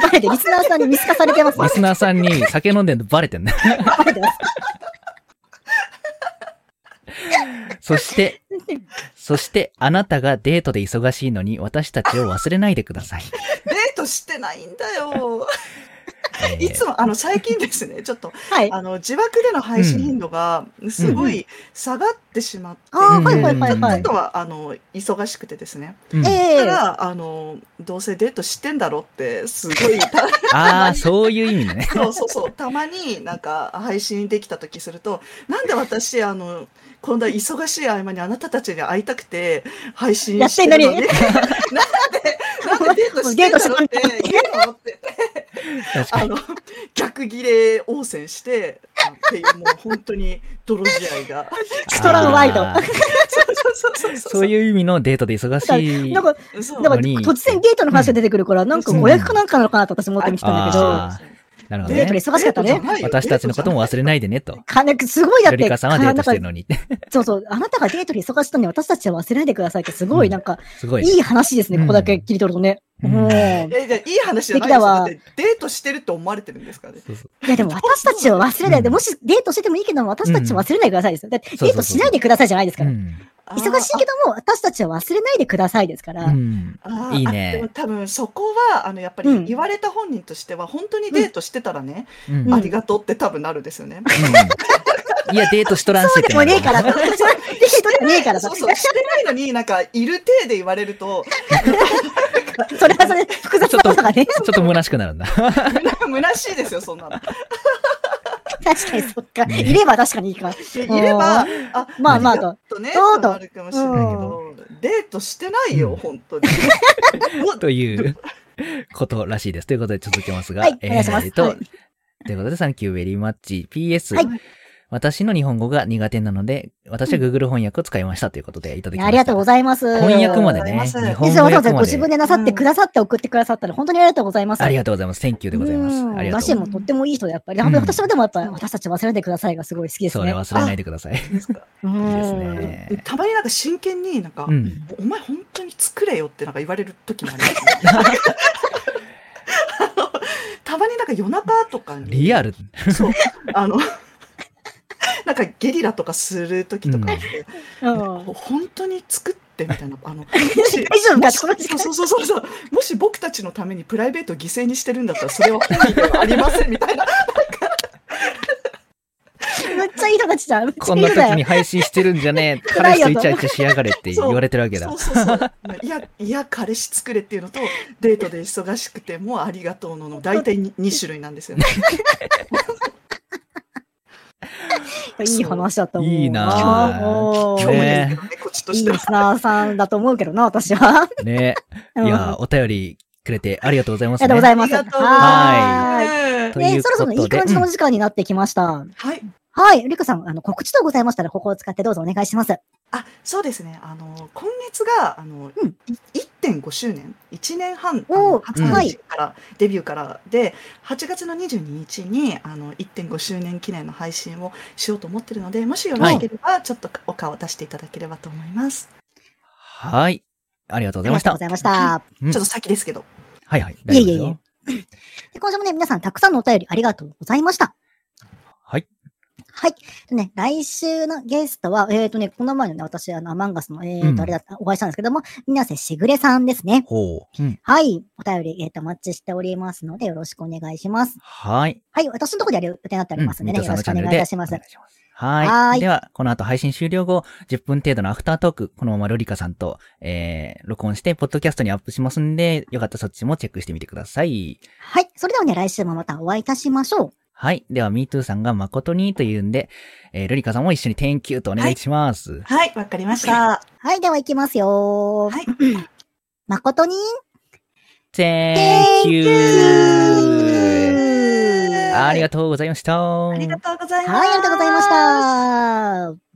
バレてる。リスナーさんに見透かされてますね
リ。スナーさんに酒飲んでるのバレてんね。
バレてます。
そして、そして、あなたがデートで忙しいのに、私たちを忘れないでください。
デートしてないんだ
え
よ。
ー
いつも、あの、最近ですね、ちょっと、
はい。あ
あの、自爆での配信頻度が、すごい下がってしまって、
あー、
うん
はいはいはいは
あ
い
と。は、あの、忙しくてですね。
うん
え
だか
え。
ら、あの、どうせデートしてんだろって、すご い、
ああ、そういう意味ね。
そうそうそう、たまになんか配信できた時すると、なんで私、あの、こんな忙しい合間にあなたたちに会いたくて、配信してるのに、
や
なんで、なんでデートしてんだろうって思って、
確か
あ
に。
の、逆ギレ応戦して、っていう、もう本当に泥仕合が。
ストロングワイド
あー
そうそうそうそう。
そういう意味のデートで忙しい。
なんか、
う、そう
なんか
のに
突然デートの話が出てくるから、なんかお役かなんかなのかなと私思って見てたんだけ
あ
ど、
なるほど
デートで
ね。
忙しかった
デー
ね。
トじゃないよ
私たちのことも忘れないでね、と。
金すごいだっ
よ
て、
りかさんはデートしてる
か
のに。
そうそう、あなたがデートで忙しいのに私たちは忘れないでくださいって、すごいなんか、
すごい。
いい話ですね、
うん
ここだけ切り取るとね。
う
うんん。い
えじゃあいい話じゃな
素敵
いで
だ
す
わ
だってデートしてるって思われてるんですからね。
そうそう
や、でも私たちを忘れないで、
うん
もしデートしててもいいけども、私たちを忘れないでくださいですよ。だって、
そうそうそう
デートしないでくださいじゃないです
う
から。
ん。
あー
忙しいけども、私たちは忘れないでくださいですから。
うん。
あー
いいね
あでも多分そこはあのやっぱ
うん
り言われた本人としては本当にデートしてたらね、
うん。うん
ん
ありがとうって多分なるですよね。
いや、デートしとらん
そ
せ
う
って
で
な
も
る
ね
よ
え
ね。
から、デートでもねえからさ
そう。そうしてないのになんかいる体で言われると
それはそれ、複雑なことがね。
ちょっと虚しくなるん だ。
虚しいですよそんなの。
確かにそっか。
ね
いれば確かにいいか。
いいれば
う
あ
まあまあ
り
と
が。とね
そうと
なるかもしれないけど、デートしてないよ、
うん
本 当に。もう
ということらしいです。ということで続けますが。
はいお願いします
えーと、
はい
ということで、サンキューベリーマッチ。PS、
はい
私の日本語が苦手なので、私は Google 翻訳を使いましたということでいただきました。
ありがとうございます。
翻訳まで
あり
ね。
が
日
とうございます
本
えそ
語
うそうそ
訳
うご
ま
自分
で。
でなさってくださって送ってくださったの、本当にありがとうございます。
あり
が
がとうございます。Thank you でございます。ありが
マ
と
シ
う。
ンもとってもいい人で、やっぱり。
うん
私はでもやっぱり、私たち忘れないでくださいがすごい好きです
それ
ね。
忘れないでください。
うん
いいですね
うんたまになんか真剣になんか、
うん。
お前本当に作れよってなんか言われる時もあり ますねあのたまになんか夜中とかに
リアル。
そうあのなんかゲリラとかする時とかって、
うん
本当に作ってみたいな あの
大丈夫か
もし
この時間
そうそうそうそうもし僕たちのためにプライベートを犠牲にしてるんだったらそれは本意ではありませんみたいな
めっちゃいい人たちじゃん。めっちゃ
こ
い
ん
い
な
人だ
時
よ。
に配信してるんじゃ ねえ。彼氏とイチャイチャしやがれって言われてるわけだ
そ。うそうそういやいや彼氏作れっていうのとデートで忙しくてもうありがとうのの大体に2種類なんですよね
いい話だと思う。
いいな
あーもう
今日ですけどねこっちと
い
し
い
ては
リスナーさんだと思うけどな、私は。
ね。いやー、お便りくれてありがとうございま
あり
す、ね。
がとうございます。
ありがとうござい
ま
はーい。
ね
と
ね
いう
そろ
こと
そ
で
ろいい感じのお時間になってきました。
はい。
はい。りくさん、あの、告知とございましたら、ここを使ってどうぞお願いします。
あ、そうですね。あの、今月が、あの、
うん
い1.5周年、1年半、あ
おー
の初配信から、デビューからで、8月の22日に、あの、1.5周年記念の配信をしようと思ってるので、もしよろしければ、ちょっとお顔を出していただければと思います。
はい。ありがとうござ
あ
いま
りが
した
とうご。ざいました。
うん
ちょっと先ですけど。
はいはい。
いえいえい
大丈夫
え
ですよ
で今週もね、皆さんたくさんのお便りありがとうございました。
はい。
はい。でね、来週のゲストは、えっ、とね、この前のね、私、あの、アマンガスの、えっ、
うん
と、あれだった、お会いしたんですけども、皆瀬しぐれさんですね。
ほう。うん。
はい。お便り、えっ、と、お待ちしておりますので、よろしくお願いします。
はい。
はい。私のところでやる予定になっておりますのでね、
うん
よろしくお願いいたします。
ミトさんのチャンネルでお願いしますはい
はーい
では、この後配信終了後、10分程度のアフタートーク、このままロリカさんと、えー、録音して、ポッドキャストにアップしますんで、よかったらそっちもチェックしてみてください。
はい。それではね、来週もまたお会いいたしましょう。
はい。では、ミートゥーさんが誠にというんで、えー、ロリカさんも一緒に Thank you とお願いします。
はい、わかりました。
はい。では、行きますよ。
はい。
誠に、
Thank you! ありがとうございました。
ありがとうございます。
はい、ありがとうございました。